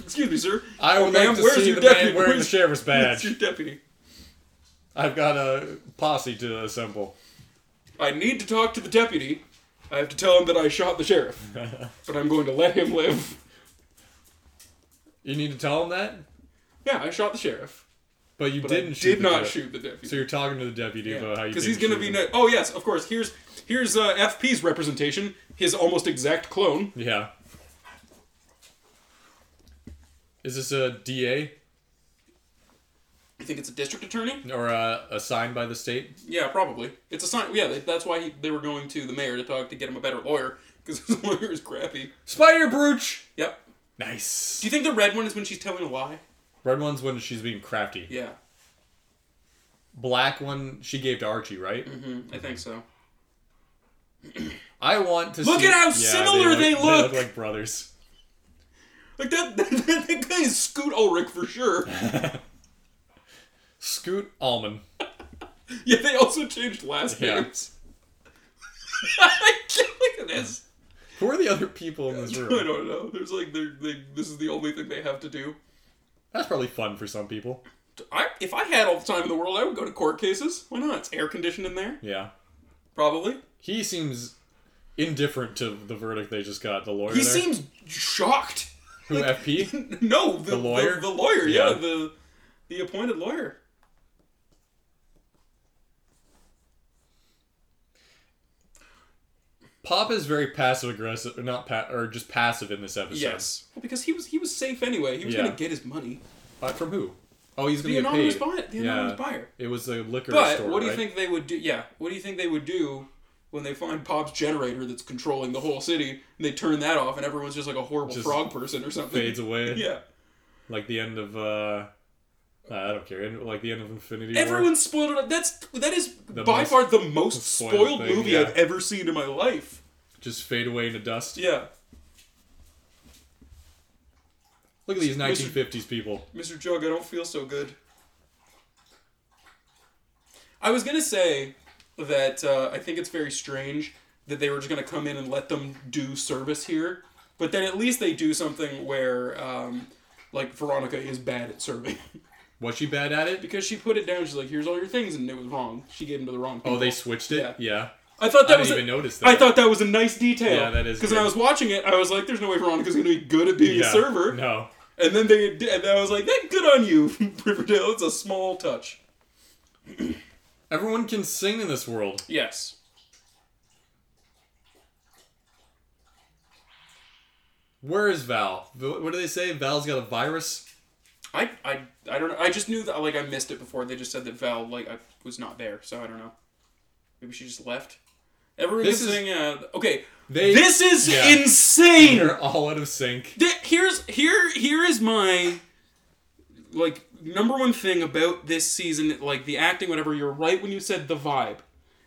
[SPEAKER 1] Excuse me, sir.
[SPEAKER 2] I would
[SPEAKER 1] Ma'am,
[SPEAKER 2] like to
[SPEAKER 1] where's
[SPEAKER 2] see
[SPEAKER 1] your
[SPEAKER 2] the
[SPEAKER 1] deputy?
[SPEAKER 2] man wearing
[SPEAKER 1] Where's-
[SPEAKER 2] the sheriff's
[SPEAKER 1] Where's your
[SPEAKER 2] badge.
[SPEAKER 1] deputy.
[SPEAKER 2] I've got a posse to assemble.
[SPEAKER 1] I need to talk to the deputy. I have to tell him that I shot the sheriff. but I'm going to let him live.
[SPEAKER 2] You need to tell him that,
[SPEAKER 1] Yeah, I shot the sheriff.
[SPEAKER 2] but you
[SPEAKER 1] But
[SPEAKER 2] didn't
[SPEAKER 1] I
[SPEAKER 2] shoot.
[SPEAKER 1] did
[SPEAKER 2] the
[SPEAKER 1] not
[SPEAKER 2] guy.
[SPEAKER 1] shoot the deputy.
[SPEAKER 2] So you're talking to the deputy about how you.
[SPEAKER 1] Because
[SPEAKER 2] Because
[SPEAKER 1] he's going to be. Ne- oh, yes, of course. Here's here's uh, FP's representation, his almost exact clone.
[SPEAKER 2] yeah. Is this a DA
[SPEAKER 1] You think it's a district attorney?
[SPEAKER 2] or uh, assigned by the state?
[SPEAKER 1] Yeah, probably. It's a sign. Yeah, they- that's why he, they were going to the mayor to talk to get him a better lawyer. Because his lawyer is crappy.
[SPEAKER 2] Spider brooch.
[SPEAKER 1] Yep.
[SPEAKER 2] Nice.
[SPEAKER 1] Do you think the red one is when she's telling a lie?
[SPEAKER 2] Red one's when she's being crafty.
[SPEAKER 1] Yeah,
[SPEAKER 2] Black one she gave to Archie, right?
[SPEAKER 1] I think so.
[SPEAKER 2] I want to
[SPEAKER 1] Look
[SPEAKER 2] see-
[SPEAKER 1] at how
[SPEAKER 2] Yeah,
[SPEAKER 1] similar they look.
[SPEAKER 2] They look like brothers.
[SPEAKER 1] Like that, that, that, that guy is Scoot Ulrich for sure.
[SPEAKER 2] Scoot Almond.
[SPEAKER 1] Yeah, they also changed last
[SPEAKER 2] Yeah.
[SPEAKER 1] names. I can't look at this.
[SPEAKER 2] Who are the other people in this
[SPEAKER 1] I
[SPEAKER 2] room?
[SPEAKER 1] don't know. There's like they're, they. This is the only thing they have to do.
[SPEAKER 2] That's probably fun for some people.
[SPEAKER 1] I, if I had all the time in the world, I would go to court cases. Why not? It's air conditioned in there,
[SPEAKER 2] Yeah.
[SPEAKER 1] probably.
[SPEAKER 2] He seems indifferent to the verdict they just got. The lawyer
[SPEAKER 1] He
[SPEAKER 2] there,
[SPEAKER 1] seems shocked.
[SPEAKER 2] who FP.
[SPEAKER 1] No, the,
[SPEAKER 2] The lawyer?
[SPEAKER 1] The, lawyer, yeah.
[SPEAKER 2] Yeah.
[SPEAKER 1] The The appointed lawyer.
[SPEAKER 2] Pop is very passive aggressive, or not pa- or just passive in this episode.
[SPEAKER 1] Yes. Well, because he was he was safe anyway. He was
[SPEAKER 2] Yeah.
[SPEAKER 1] going to get his money.
[SPEAKER 2] But from who? Oh, he's gonna
[SPEAKER 1] The
[SPEAKER 2] get
[SPEAKER 1] anonymous
[SPEAKER 2] paid.
[SPEAKER 1] buyer. The anonymous buyer.
[SPEAKER 2] It was a liquor
[SPEAKER 1] But
[SPEAKER 2] store.
[SPEAKER 1] what do you
[SPEAKER 2] right?
[SPEAKER 1] think they would do? Yeah. What do you think they would do when they find Pop's generator that's controlling the whole city and they turn that off and everyone's just like a horrible
[SPEAKER 2] Just
[SPEAKER 1] frog person or something?
[SPEAKER 2] Fades away.
[SPEAKER 1] Yeah.
[SPEAKER 2] Like the end of. uh I don't care. end- Like the end of Infinity War.
[SPEAKER 1] Everyone spoiled it. up. That's that is
[SPEAKER 2] The
[SPEAKER 1] by
[SPEAKER 2] most
[SPEAKER 1] far the most
[SPEAKER 2] spoiled
[SPEAKER 1] spoiled,
[SPEAKER 2] thing,
[SPEAKER 1] movie
[SPEAKER 2] yeah.
[SPEAKER 1] I've ever seen in my life.
[SPEAKER 2] Just fade away into dust.
[SPEAKER 1] Yeah.
[SPEAKER 2] Look at these
[SPEAKER 1] Mr.
[SPEAKER 2] 1950s people.
[SPEAKER 1] Mr. Jug, I don't feel so good. I was gonna say that uh, I think it's very strange that they were just gonna come in and let them do service here, but then at least they do something where, um, like Veronica is bad at serving
[SPEAKER 2] Was she bad at it?
[SPEAKER 1] because she put it down. She's like, "Here's all your things," and it was wrong. She gave them to the wrong. People.
[SPEAKER 2] Oh, they switched it.
[SPEAKER 1] Yeah.
[SPEAKER 2] Yeah.
[SPEAKER 1] I thought that
[SPEAKER 2] I didn't
[SPEAKER 1] was.
[SPEAKER 2] even
[SPEAKER 1] A,
[SPEAKER 2] notice that.
[SPEAKER 1] I thought that was a nice detail.
[SPEAKER 2] Yeah, that is
[SPEAKER 1] Because when
[SPEAKER 2] good.
[SPEAKER 1] I was watching it, I was like, "There's no way Veronica's gonna be good at being
[SPEAKER 2] yeah.
[SPEAKER 1] a server."
[SPEAKER 2] No.
[SPEAKER 1] And then they, did- and I was like, "That good on you, Riverdale. It's a small touch."
[SPEAKER 2] Everyone can sing in this world.
[SPEAKER 1] Yes.
[SPEAKER 2] Where is Val? V- What do they say? Val's got a virus.
[SPEAKER 1] I, I, I don't know. I just knew that like I missed it before. They just said that Val like I was not there, so I don't know. Maybe she just left. Everyone
[SPEAKER 2] This
[SPEAKER 1] is
[SPEAKER 2] is-
[SPEAKER 1] saying, uh, okay.
[SPEAKER 2] They-
[SPEAKER 1] this is
[SPEAKER 2] yeah.
[SPEAKER 1] insane.
[SPEAKER 2] They're all out of sync.
[SPEAKER 1] Th- here's here here is my like number one thing about this season, like the acting, whatever. You're right when you said the vibe,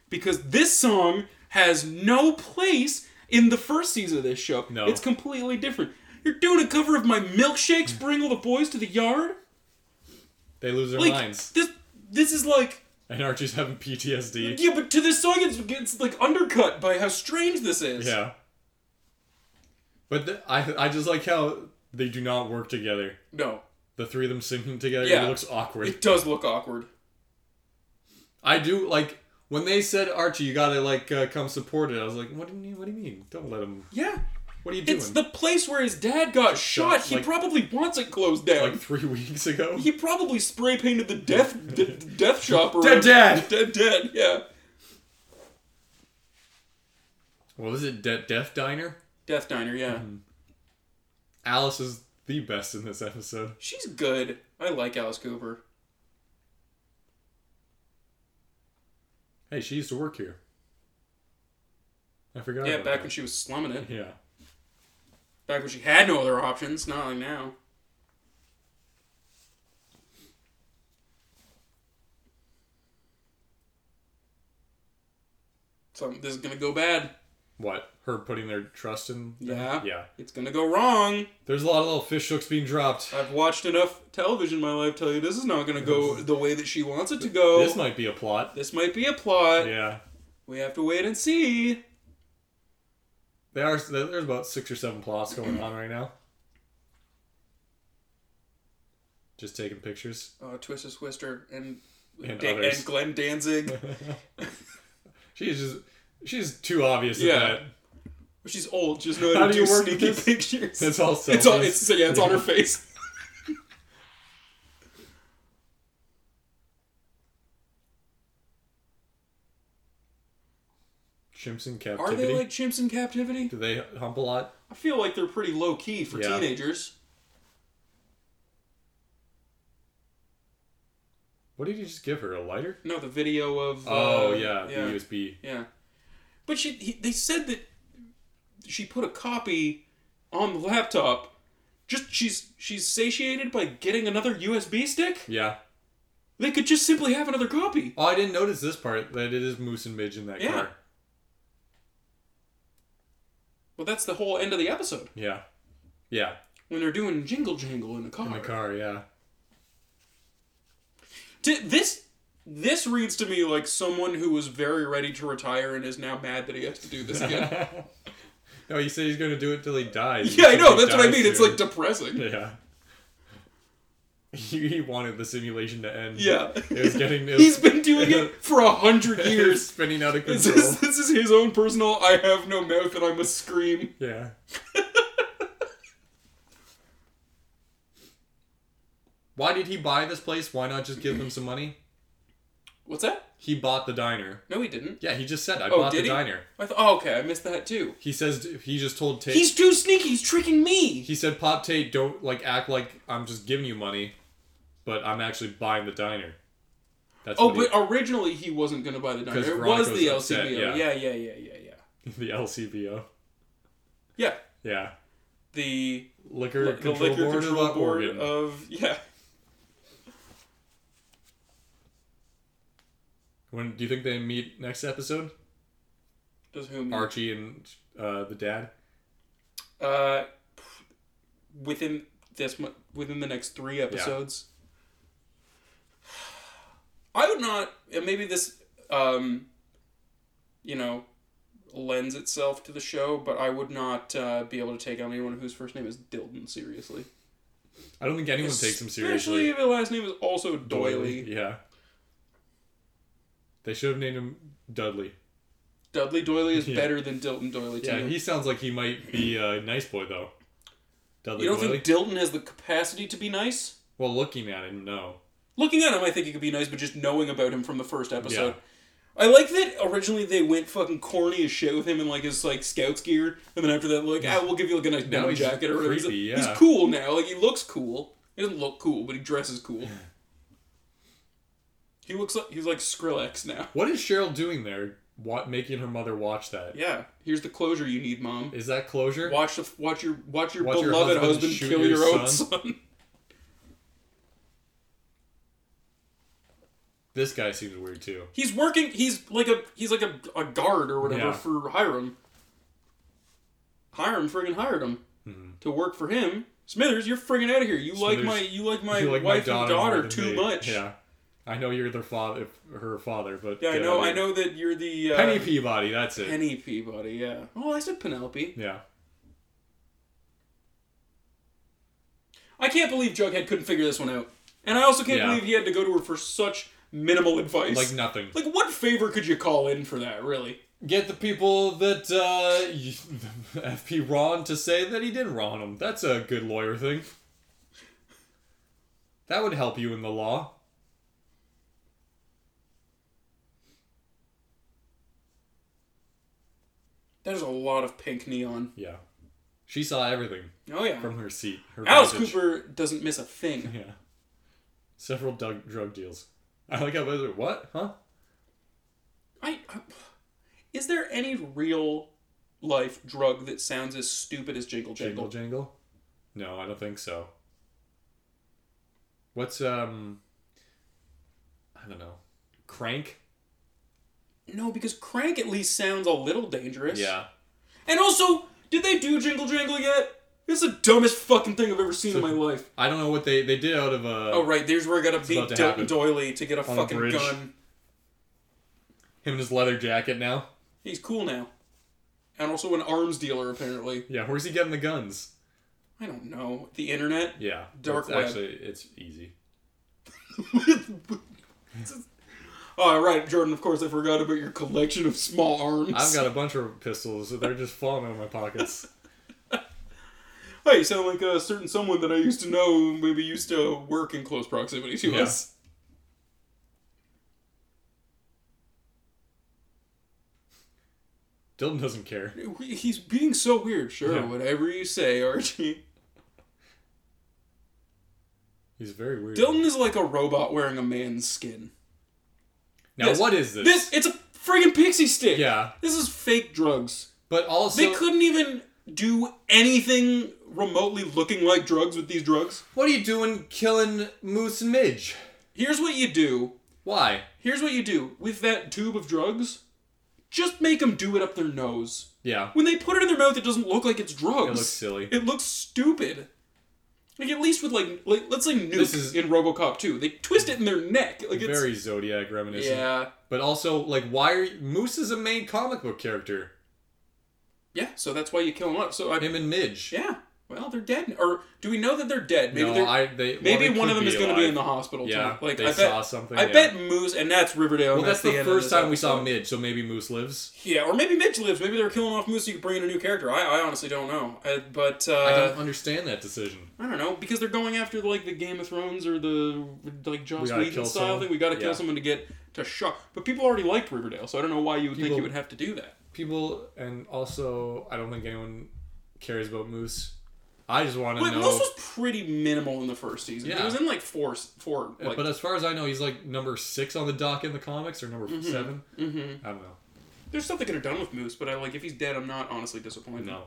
[SPEAKER 1] because this song has no place in the first season of this show.
[SPEAKER 2] No.
[SPEAKER 1] it's completely different. You're doing a cover of my milkshakes. Bring all the boys to the yard.
[SPEAKER 2] They lose their
[SPEAKER 1] like
[SPEAKER 2] minds.
[SPEAKER 1] this this is like
[SPEAKER 2] And Archie's having PTSD.
[SPEAKER 1] yeah but to this song it's, it's like undercut by how strange this is
[SPEAKER 2] Yeah. But th I I just like how they do not work together.
[SPEAKER 1] no
[SPEAKER 2] The three of them singing together
[SPEAKER 1] Yeah.
[SPEAKER 2] it looks awkward.
[SPEAKER 1] it does look awkward
[SPEAKER 2] I do like when they said Archie, you gotta like uh, come support it. I was like, what do you mean? What do you mean? Don't let him.
[SPEAKER 1] yeah
[SPEAKER 2] What are you doing?
[SPEAKER 1] it's the place where his dad got shot he
[SPEAKER 2] like-
[SPEAKER 1] probably wants it closed down
[SPEAKER 2] like three weeks ago.
[SPEAKER 1] he probably spray painted the death d- death shop or
[SPEAKER 2] Dead dad!
[SPEAKER 1] dead dad yeah
[SPEAKER 2] What was it? De- Death Diner.
[SPEAKER 1] death diner yeah
[SPEAKER 2] Mm-hmm. Alice is the best in this episode.
[SPEAKER 1] she's good I like Alice Cooper
[SPEAKER 2] Hey, she used to work here. I forgot.
[SPEAKER 1] yeah
[SPEAKER 2] about
[SPEAKER 1] back
[SPEAKER 2] that.
[SPEAKER 1] when she was slumming it
[SPEAKER 2] Yeah.
[SPEAKER 1] back when she had no other options not like now so this is gonna go bad
[SPEAKER 2] What? Her putting their trust in. them?
[SPEAKER 1] Yeah.
[SPEAKER 2] Yeah.
[SPEAKER 1] it's gonna go wrong
[SPEAKER 2] There's a lot of little fish hooks being dropped.
[SPEAKER 1] i've watched enough television in my life to tell you this is not gonna go the way that she wants it to go
[SPEAKER 2] This might be a plot.
[SPEAKER 1] This might be a plot
[SPEAKER 2] Yeah.
[SPEAKER 1] we have to wait and see
[SPEAKER 2] There are there's about six or seven plots going on right now. Just taking pictures.
[SPEAKER 1] oh twister twister and
[SPEAKER 2] And
[SPEAKER 1] Da-
[SPEAKER 2] others.
[SPEAKER 1] and glenn danzig
[SPEAKER 2] She's just she's too obvious
[SPEAKER 1] Yeah.
[SPEAKER 2] at that.
[SPEAKER 1] she's old just know
[SPEAKER 2] How
[SPEAKER 1] how to do,
[SPEAKER 2] do you work
[SPEAKER 1] sneaky
[SPEAKER 2] this?
[SPEAKER 1] pictures
[SPEAKER 2] It's all selfies.
[SPEAKER 1] It's on. It's yeah. It's on her face.
[SPEAKER 2] chimps in captivity.
[SPEAKER 1] Are they like chimps in captivity?
[SPEAKER 2] Do they hump a lot?
[SPEAKER 1] I feel like they're pretty low key for
[SPEAKER 2] Yeah.
[SPEAKER 1] teenagers.
[SPEAKER 2] What did you just give her? A lighter?
[SPEAKER 1] No, the video of.
[SPEAKER 2] oh
[SPEAKER 1] uh,
[SPEAKER 2] yeah,
[SPEAKER 1] yeah,
[SPEAKER 2] the USB.
[SPEAKER 1] yeah. But she, he, they said that she put a copy on the laptop. Just she's she's satiated by getting another USB stick.
[SPEAKER 2] Yeah.
[SPEAKER 1] They could just simply have another copy.
[SPEAKER 2] Oh, I didn't notice this part that it is Moose and Midge in that
[SPEAKER 1] Yeah.
[SPEAKER 2] car.
[SPEAKER 1] Well, that's the whole end of the episode
[SPEAKER 2] Yeah. Yeah.
[SPEAKER 1] when they're doing jingle jangle in the car.
[SPEAKER 2] In the car, yeah.
[SPEAKER 1] T- this this reads to me like someone who was very ready to retire and is now mad that he has to do this again.
[SPEAKER 2] No, he said he's going to do it till he dies.
[SPEAKER 1] yeah, I
[SPEAKER 2] He
[SPEAKER 1] know.
[SPEAKER 2] said he
[SPEAKER 1] That's what I
[SPEAKER 2] dies
[SPEAKER 1] mean. It's
[SPEAKER 2] soon.
[SPEAKER 1] like depressing.
[SPEAKER 2] Yeah. He, he wanted the simulation to end.
[SPEAKER 1] Yeah.
[SPEAKER 2] It was getting. It
[SPEAKER 1] He's
[SPEAKER 2] was-
[SPEAKER 1] been doing it for a hundred
[SPEAKER 2] it was
[SPEAKER 1] years.
[SPEAKER 2] spinning out of
[SPEAKER 1] This
[SPEAKER 2] control.
[SPEAKER 1] is, this is his own personal. I have no mouth and I must scream.
[SPEAKER 2] Yeah. Why did he buy this place? Why not just give them some money?
[SPEAKER 1] What's that?
[SPEAKER 2] He bought the diner.
[SPEAKER 1] No, he didn't.
[SPEAKER 2] Yeah, he just said, I
[SPEAKER 1] Oh,
[SPEAKER 2] bought
[SPEAKER 1] did
[SPEAKER 2] the
[SPEAKER 1] he?
[SPEAKER 2] diner.
[SPEAKER 1] I thought. Oh, okay. I missed that too.
[SPEAKER 2] He says, he just told Tate.
[SPEAKER 1] He's too sneaky. He's tricking me.
[SPEAKER 2] he said, Pop Tate, don't like act like I'm just giving you money, but I'm actually buying the diner. That's
[SPEAKER 1] Oh,
[SPEAKER 2] what he-
[SPEAKER 1] but originally he wasn't going to buy the diner.
[SPEAKER 2] 'Cause
[SPEAKER 1] It
[SPEAKER 2] Veronica
[SPEAKER 1] was the
[SPEAKER 2] was upset,
[SPEAKER 1] LCBO.
[SPEAKER 2] yeah.
[SPEAKER 1] yeah, yeah, yeah, yeah, yeah.
[SPEAKER 2] the LCBO.
[SPEAKER 1] Yeah,
[SPEAKER 2] Yeah.
[SPEAKER 1] the
[SPEAKER 2] Liquor
[SPEAKER 1] the
[SPEAKER 2] Control
[SPEAKER 1] liquor
[SPEAKER 2] Board
[SPEAKER 1] control
[SPEAKER 2] of
[SPEAKER 1] board uh,
[SPEAKER 2] Oregon.
[SPEAKER 1] of yeah.
[SPEAKER 2] when do you think they meet next episode?
[SPEAKER 1] Does whom?
[SPEAKER 2] Archie and uh, the dad.
[SPEAKER 1] Uh, within this mo- within the next three episodes. I would not, and maybe this, um, you know, lends itself to the show, but I would not uh, be able to take anyone whose first name is Dilden seriously.
[SPEAKER 2] I don't think anyone takes him seriously.
[SPEAKER 1] Especially if the last name is also Doily.
[SPEAKER 2] Yeah. They should have named him Dudley.
[SPEAKER 1] Dudley Doily is
[SPEAKER 2] Yeah.
[SPEAKER 1] better than Dilton Doily to
[SPEAKER 2] Yeah,
[SPEAKER 1] you.
[SPEAKER 2] he sounds like he might be a nice boy though. Dudley
[SPEAKER 1] you don't
[SPEAKER 2] Doyle.
[SPEAKER 1] think Dilton has the capacity to be nice?
[SPEAKER 2] well, looking at him, no.
[SPEAKER 1] Looking at him, I think he could be nice, but just knowing about him from the first episode.
[SPEAKER 2] Yeah.
[SPEAKER 1] I like that originally they went fucking corny as shit with him in like his like scouts gear, and then after that, like, ah, we'll give you like a nice
[SPEAKER 2] Now
[SPEAKER 1] down
[SPEAKER 2] he's
[SPEAKER 1] jacket or whatever. He's-
[SPEAKER 2] creepy,
[SPEAKER 1] he's,
[SPEAKER 2] yeah.
[SPEAKER 1] cool now. Like he looks cool. He doesn't look cool, but he dresses cool. He looks like he's like Skrillex now.
[SPEAKER 2] What is Cheryl doing there? What making her mother watch that? Is
[SPEAKER 1] Yeah, here's the closure you need, mom.
[SPEAKER 2] that closure?
[SPEAKER 1] Watch the watch your watch your
[SPEAKER 2] Watch your
[SPEAKER 1] beloved husband,
[SPEAKER 2] husband shoot
[SPEAKER 1] kill your,
[SPEAKER 2] your
[SPEAKER 1] own
[SPEAKER 2] son.
[SPEAKER 1] son.
[SPEAKER 2] This guy seems weird too.
[SPEAKER 1] He's working. He's like a he's like a, a guard or whatever
[SPEAKER 2] Yeah.
[SPEAKER 1] for Hiram. Hiram friggin' hired him to work for him. Smithers, you're friggin' out of here. You like
[SPEAKER 2] Mm-hmm. Smithers,
[SPEAKER 1] my you like my
[SPEAKER 2] You like
[SPEAKER 1] wife
[SPEAKER 2] my
[SPEAKER 1] and
[SPEAKER 2] daughter, more
[SPEAKER 1] daughter
[SPEAKER 2] than
[SPEAKER 1] too
[SPEAKER 2] me.
[SPEAKER 1] much.
[SPEAKER 2] Yeah. I know you're their father, her father, but
[SPEAKER 1] Yeah, I
[SPEAKER 2] get
[SPEAKER 1] know.
[SPEAKER 2] out
[SPEAKER 1] I
[SPEAKER 2] of here.
[SPEAKER 1] know that you're the uh,
[SPEAKER 2] Penny Peabody. That's it.
[SPEAKER 1] Penny Peabody. Yeah. Oh, I said Penelope.
[SPEAKER 2] Yeah.
[SPEAKER 1] I can't believe Jughead couldn't figure this one out, and I also can't
[SPEAKER 2] Yeah.
[SPEAKER 1] believe he had to go to her for such minimal advice.
[SPEAKER 2] Like nothing.
[SPEAKER 1] like what favor could you call in for that, really?
[SPEAKER 2] Get the people that uh, you- FP Ron to say that he did Ron him. That's a good lawyer thing. That would help you in the law.
[SPEAKER 1] That is a lot of pink neon.
[SPEAKER 2] Yeah. She saw everything
[SPEAKER 1] Oh yeah.
[SPEAKER 2] from her seat. Her
[SPEAKER 1] Alice
[SPEAKER 2] vantage.
[SPEAKER 1] Cooper doesn't miss a thing.
[SPEAKER 2] Yeah. Several dug- drug deals. I like how those are, what? Huh?
[SPEAKER 1] I, I is there any real life drug that sounds as stupid as jingle
[SPEAKER 2] Jingle
[SPEAKER 1] jangle?
[SPEAKER 2] jangle? No, I don't think so. What's, um. I don't know. Crank?
[SPEAKER 1] No, because crank at least sounds a little dangerous.
[SPEAKER 2] Yeah.
[SPEAKER 1] And also, did they do jingle jangle yet? It's the dumbest fucking thing I've ever seen in my life.
[SPEAKER 2] I don't know what they, they did out of uh,
[SPEAKER 1] Oh right, there's where I gotta beat
[SPEAKER 2] about to
[SPEAKER 1] Dilton
[SPEAKER 2] happen.
[SPEAKER 1] Doily to get a
[SPEAKER 2] a
[SPEAKER 1] fucking
[SPEAKER 2] bridge.
[SPEAKER 1] gun.
[SPEAKER 2] him and his leather jacket now.
[SPEAKER 1] He's cool now. And also an arms dealer apparently.
[SPEAKER 2] Yeah, where's he getting the guns?
[SPEAKER 1] I don't know. The internet?
[SPEAKER 2] Yeah,
[SPEAKER 1] Dark
[SPEAKER 2] it's
[SPEAKER 1] web.
[SPEAKER 2] Actually, it's easy.
[SPEAKER 1] Oh right, Jordan, of course I forgot about your collection of small arms.
[SPEAKER 2] I've got a bunch of pistols. so They're just falling out of my pockets.
[SPEAKER 1] Hey, you sound like a certain someone that I used to know, who maybe used to work in close proximity to
[SPEAKER 2] Yeah.
[SPEAKER 1] us.
[SPEAKER 2] Dylan doesn't care.
[SPEAKER 1] He's being so weird. Sure,
[SPEAKER 2] Yeah.
[SPEAKER 1] whatever you say, Archie.
[SPEAKER 2] He's very weird.
[SPEAKER 1] Dylan is like a robot wearing a man's skin.
[SPEAKER 2] now
[SPEAKER 1] This-
[SPEAKER 2] what is this?
[SPEAKER 1] This, it's a friggin' pixie stick.
[SPEAKER 2] Yeah,
[SPEAKER 1] This is fake drugs.
[SPEAKER 2] but also
[SPEAKER 1] they couldn't even do anything remotely looking like drugs with these drugs.
[SPEAKER 2] What are you doing, killing Moose and Midge?
[SPEAKER 1] Here's what you do.
[SPEAKER 2] Why?
[SPEAKER 1] Here's what you do with that tube of drugs. Just make them do it up their nose.
[SPEAKER 2] Yeah,
[SPEAKER 1] When they put it in their mouth, it doesn't look like it's drugs.
[SPEAKER 2] it looks silly.
[SPEAKER 1] It looks stupid. Like at least with like, like let's say Nuke
[SPEAKER 2] This is-
[SPEAKER 1] in RoboCop 2, they twist it in their neck. Like it's
[SPEAKER 2] very Zodiac reminiscent.
[SPEAKER 1] yeah,
[SPEAKER 2] But also, like, why are Moose is a main comic book character?
[SPEAKER 1] yeah. So that's why you kill him up. So I
[SPEAKER 2] Him and Midge.
[SPEAKER 1] yeah, well, they're dead, or do we know that they're dead? Maybe
[SPEAKER 2] no,
[SPEAKER 1] they're
[SPEAKER 2] I they well,
[SPEAKER 1] maybe
[SPEAKER 2] they
[SPEAKER 1] one of
[SPEAKER 2] could
[SPEAKER 1] them is going to be
[SPEAKER 2] alive.
[SPEAKER 1] in the hospital.
[SPEAKER 2] Yeah,
[SPEAKER 1] tonight. like
[SPEAKER 2] they
[SPEAKER 1] I bet,
[SPEAKER 2] saw something.
[SPEAKER 1] I
[SPEAKER 2] yeah.
[SPEAKER 1] bet Moose, and that's Riverdale.
[SPEAKER 2] Well,
[SPEAKER 1] and
[SPEAKER 2] that's, the,
[SPEAKER 1] end of
[SPEAKER 2] first
[SPEAKER 1] this
[SPEAKER 2] time we
[SPEAKER 1] episode.
[SPEAKER 2] saw Midge, so maybe Moose lives.
[SPEAKER 1] Yeah, or maybe Midge lives. Maybe they're killing off Moose so you could bring in a new character. I, I honestly don't know. I, but uh,
[SPEAKER 2] I don't understand that decision.
[SPEAKER 1] I don't know because they're going after like the Game of Thrones or the like
[SPEAKER 2] We
[SPEAKER 1] Joss
[SPEAKER 2] gotta
[SPEAKER 1] Whedon
[SPEAKER 2] kill
[SPEAKER 1] style
[SPEAKER 2] someone.
[SPEAKER 1] thing. We got to kill
[SPEAKER 2] Yeah.
[SPEAKER 1] someone to get to shock. But people already liked Riverdale, so I don't know why you would think
[SPEAKER 2] People-
[SPEAKER 1] you would have to do that.
[SPEAKER 2] People, and also, I don't think anyone cares about Moose. I just want to
[SPEAKER 1] But
[SPEAKER 2] know.
[SPEAKER 1] Moose was pretty minimal in the first season. He
[SPEAKER 2] Yeah.
[SPEAKER 1] was in like four, four. Like,
[SPEAKER 2] but uh, as far as I know, he's like number six on the dock in the comics, or number 7 Mm-hmm. I don't know.
[SPEAKER 1] there's stuff they could have done with Moose, but I like if he's dead, I'm not honestly disappointed.
[SPEAKER 2] No.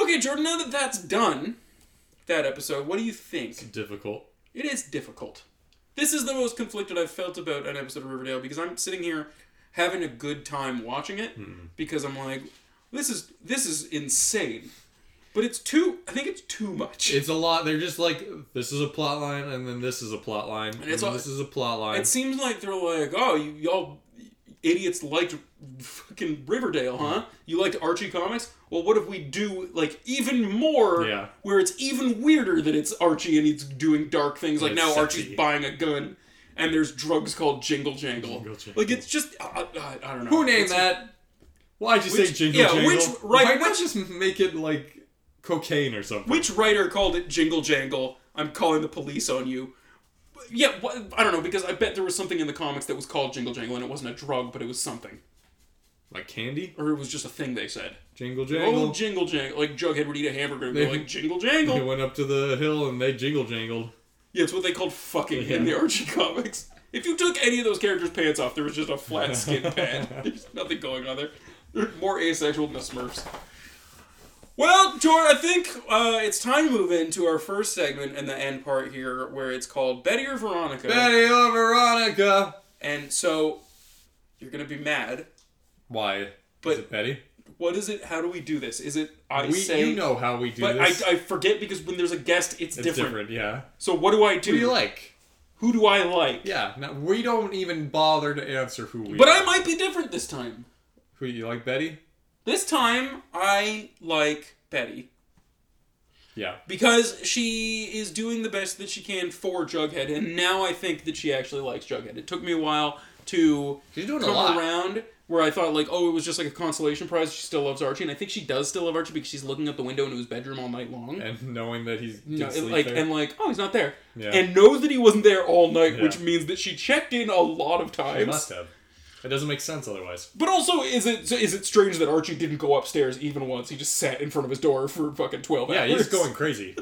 [SPEAKER 1] Okay, Jordan. Now that that's done, that episode. What do you think?
[SPEAKER 2] Difficult.
[SPEAKER 1] It is difficult. This is the most conflicted I've felt about an episode of Riverdale because I'm sitting here having a good time watching it because I'm like, this is this is insane, but it's too. I think it's too much.
[SPEAKER 2] It's a lot. They're just like, this is a plot line, and then this is a plot line, and,
[SPEAKER 1] it's
[SPEAKER 2] then
[SPEAKER 1] all-
[SPEAKER 2] this is a plot line.
[SPEAKER 1] it seems like they're like, oh, you, y'all idiots liked fucking Riverdale, huh?
[SPEAKER 2] Mm-hmm.
[SPEAKER 1] You liked Archie comics? Well, what if we do like even more?
[SPEAKER 2] Yeah.
[SPEAKER 1] Where it's even weirder that it's Archie and he's doing dark things. Like
[SPEAKER 2] it's
[SPEAKER 1] now Archie's
[SPEAKER 2] sexy.
[SPEAKER 1] buying a gun. And there's drugs called Jingle Jangle.
[SPEAKER 2] Jingle Jangle.
[SPEAKER 1] Like it's just uh, uh, I don't know.
[SPEAKER 2] Who named
[SPEAKER 1] It's-
[SPEAKER 2] that? Why'd you say
[SPEAKER 1] Which-
[SPEAKER 2] jingle
[SPEAKER 1] yeah,
[SPEAKER 2] jangle?
[SPEAKER 1] which- right,
[SPEAKER 2] Why not
[SPEAKER 1] which-
[SPEAKER 2] just make it like cocaine or something?
[SPEAKER 1] Which writer called it Jingle Jangle? I'm calling the police on you. Yeah, wha- I don't know because I bet there was something in the comics that was called Jingle Jangle and it wasn't a drug, but it was something,
[SPEAKER 2] like candy?
[SPEAKER 1] or it was just a thing they said.
[SPEAKER 2] Jingle
[SPEAKER 1] Oh,
[SPEAKER 2] jangle.
[SPEAKER 1] jingle jangle. Like Jughead would eat a hamburger and go
[SPEAKER 2] They-
[SPEAKER 1] like jingle
[SPEAKER 2] they
[SPEAKER 1] jangle.
[SPEAKER 2] went up to the hill and they jingle jangled.
[SPEAKER 1] Yeah, it's what they called fucking in the Archie comics. If you took any of those characters' pants off, there was just a flat skin pad. There's nothing going on there. They're more asexual than the Smurfs. Well, Jordan, I think uh, it's time to move into our first segment and the end part here, where it's called Betty or Veronica.
[SPEAKER 2] Betty or Veronica?
[SPEAKER 1] And so you're gonna be mad.
[SPEAKER 2] Why?
[SPEAKER 1] But-
[SPEAKER 2] is it Betty?
[SPEAKER 1] What is it? How do we do this? Is it I
[SPEAKER 2] we,
[SPEAKER 1] say?
[SPEAKER 2] you know how we do
[SPEAKER 1] but I,
[SPEAKER 2] this.
[SPEAKER 1] I forget because when there's a guest, it's,
[SPEAKER 2] it's
[SPEAKER 1] different.
[SPEAKER 2] different. yeah.
[SPEAKER 1] So what do I do?
[SPEAKER 2] Who do you like?
[SPEAKER 1] Who do I like?
[SPEAKER 2] Yeah, no, we don't even bother to answer who we.
[SPEAKER 1] But
[SPEAKER 2] like.
[SPEAKER 1] I might be different this time.
[SPEAKER 2] Who you like, Betty?
[SPEAKER 1] This time, I like Betty.
[SPEAKER 2] Yeah,
[SPEAKER 1] Because she is doing the best that she can for Jughead, and now I think that she actually likes Jughead. It took me a while to
[SPEAKER 2] she's doing a lot.
[SPEAKER 1] come around where I thought, like, oh, it was just like a consolation prize. She still loves Archie, and I think she does still love Archie because she's looking out the window into his bedroom all night long.
[SPEAKER 2] And knowing that he's
[SPEAKER 1] No,
[SPEAKER 2] did
[SPEAKER 1] it-
[SPEAKER 2] sleep
[SPEAKER 1] like
[SPEAKER 2] there.
[SPEAKER 1] and like oh he's not there
[SPEAKER 2] Yeah.
[SPEAKER 1] and knows that he wasn't there all night
[SPEAKER 2] Yeah.
[SPEAKER 1] which means that she checked in a lot of times
[SPEAKER 2] They must have. It doesn't make sense otherwise.
[SPEAKER 1] But also, is it so is it strange that Archie didn't go upstairs even once? He just sat in front of his door for fucking twelve
[SPEAKER 2] Yeah,
[SPEAKER 1] hours.
[SPEAKER 2] he's going crazy.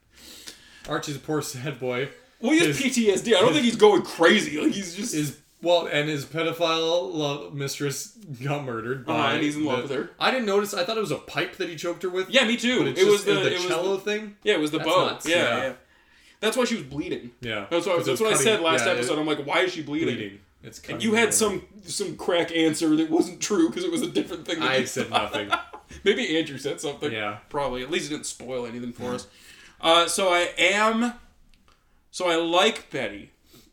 [SPEAKER 2] Archie's a poor sad boy.
[SPEAKER 1] Well, he has
[SPEAKER 2] his-
[SPEAKER 1] PTSD. I don't think he's going crazy. Like he's just
[SPEAKER 2] Is well, and his pedophile love mistress got murdered. By
[SPEAKER 1] Uh-huh, and he's in love
[SPEAKER 2] the-
[SPEAKER 1] with her.
[SPEAKER 2] I didn't notice. I thought it was a pipe that he choked her with.
[SPEAKER 1] yeah, me too.
[SPEAKER 2] but
[SPEAKER 1] It
[SPEAKER 2] it's
[SPEAKER 1] was
[SPEAKER 2] just in
[SPEAKER 1] the, it was the-
[SPEAKER 2] cello thing.
[SPEAKER 1] yeah, it was the
[SPEAKER 2] That's
[SPEAKER 1] bow.
[SPEAKER 2] nuts,
[SPEAKER 1] yeah, yeah,
[SPEAKER 2] yeah.
[SPEAKER 1] That's why she was bleeding.
[SPEAKER 2] Yeah,
[SPEAKER 1] That's what,
[SPEAKER 2] 'Cause it
[SPEAKER 1] that's
[SPEAKER 2] was
[SPEAKER 1] what I
[SPEAKER 2] cutting-
[SPEAKER 1] said last
[SPEAKER 2] yeah, it-
[SPEAKER 1] episode. I'm like, why is she bleeding?
[SPEAKER 2] bleeding. It's cutting
[SPEAKER 1] And you had
[SPEAKER 2] her.
[SPEAKER 1] some some crack answer that wasn't true because it was a different thing. That
[SPEAKER 2] I
[SPEAKER 1] you
[SPEAKER 2] said nothing.
[SPEAKER 1] Maybe Andrew said something.
[SPEAKER 2] Yeah.
[SPEAKER 1] Probably. At least it didn't spoil anything for us. Uh, so I am. So I like Betty.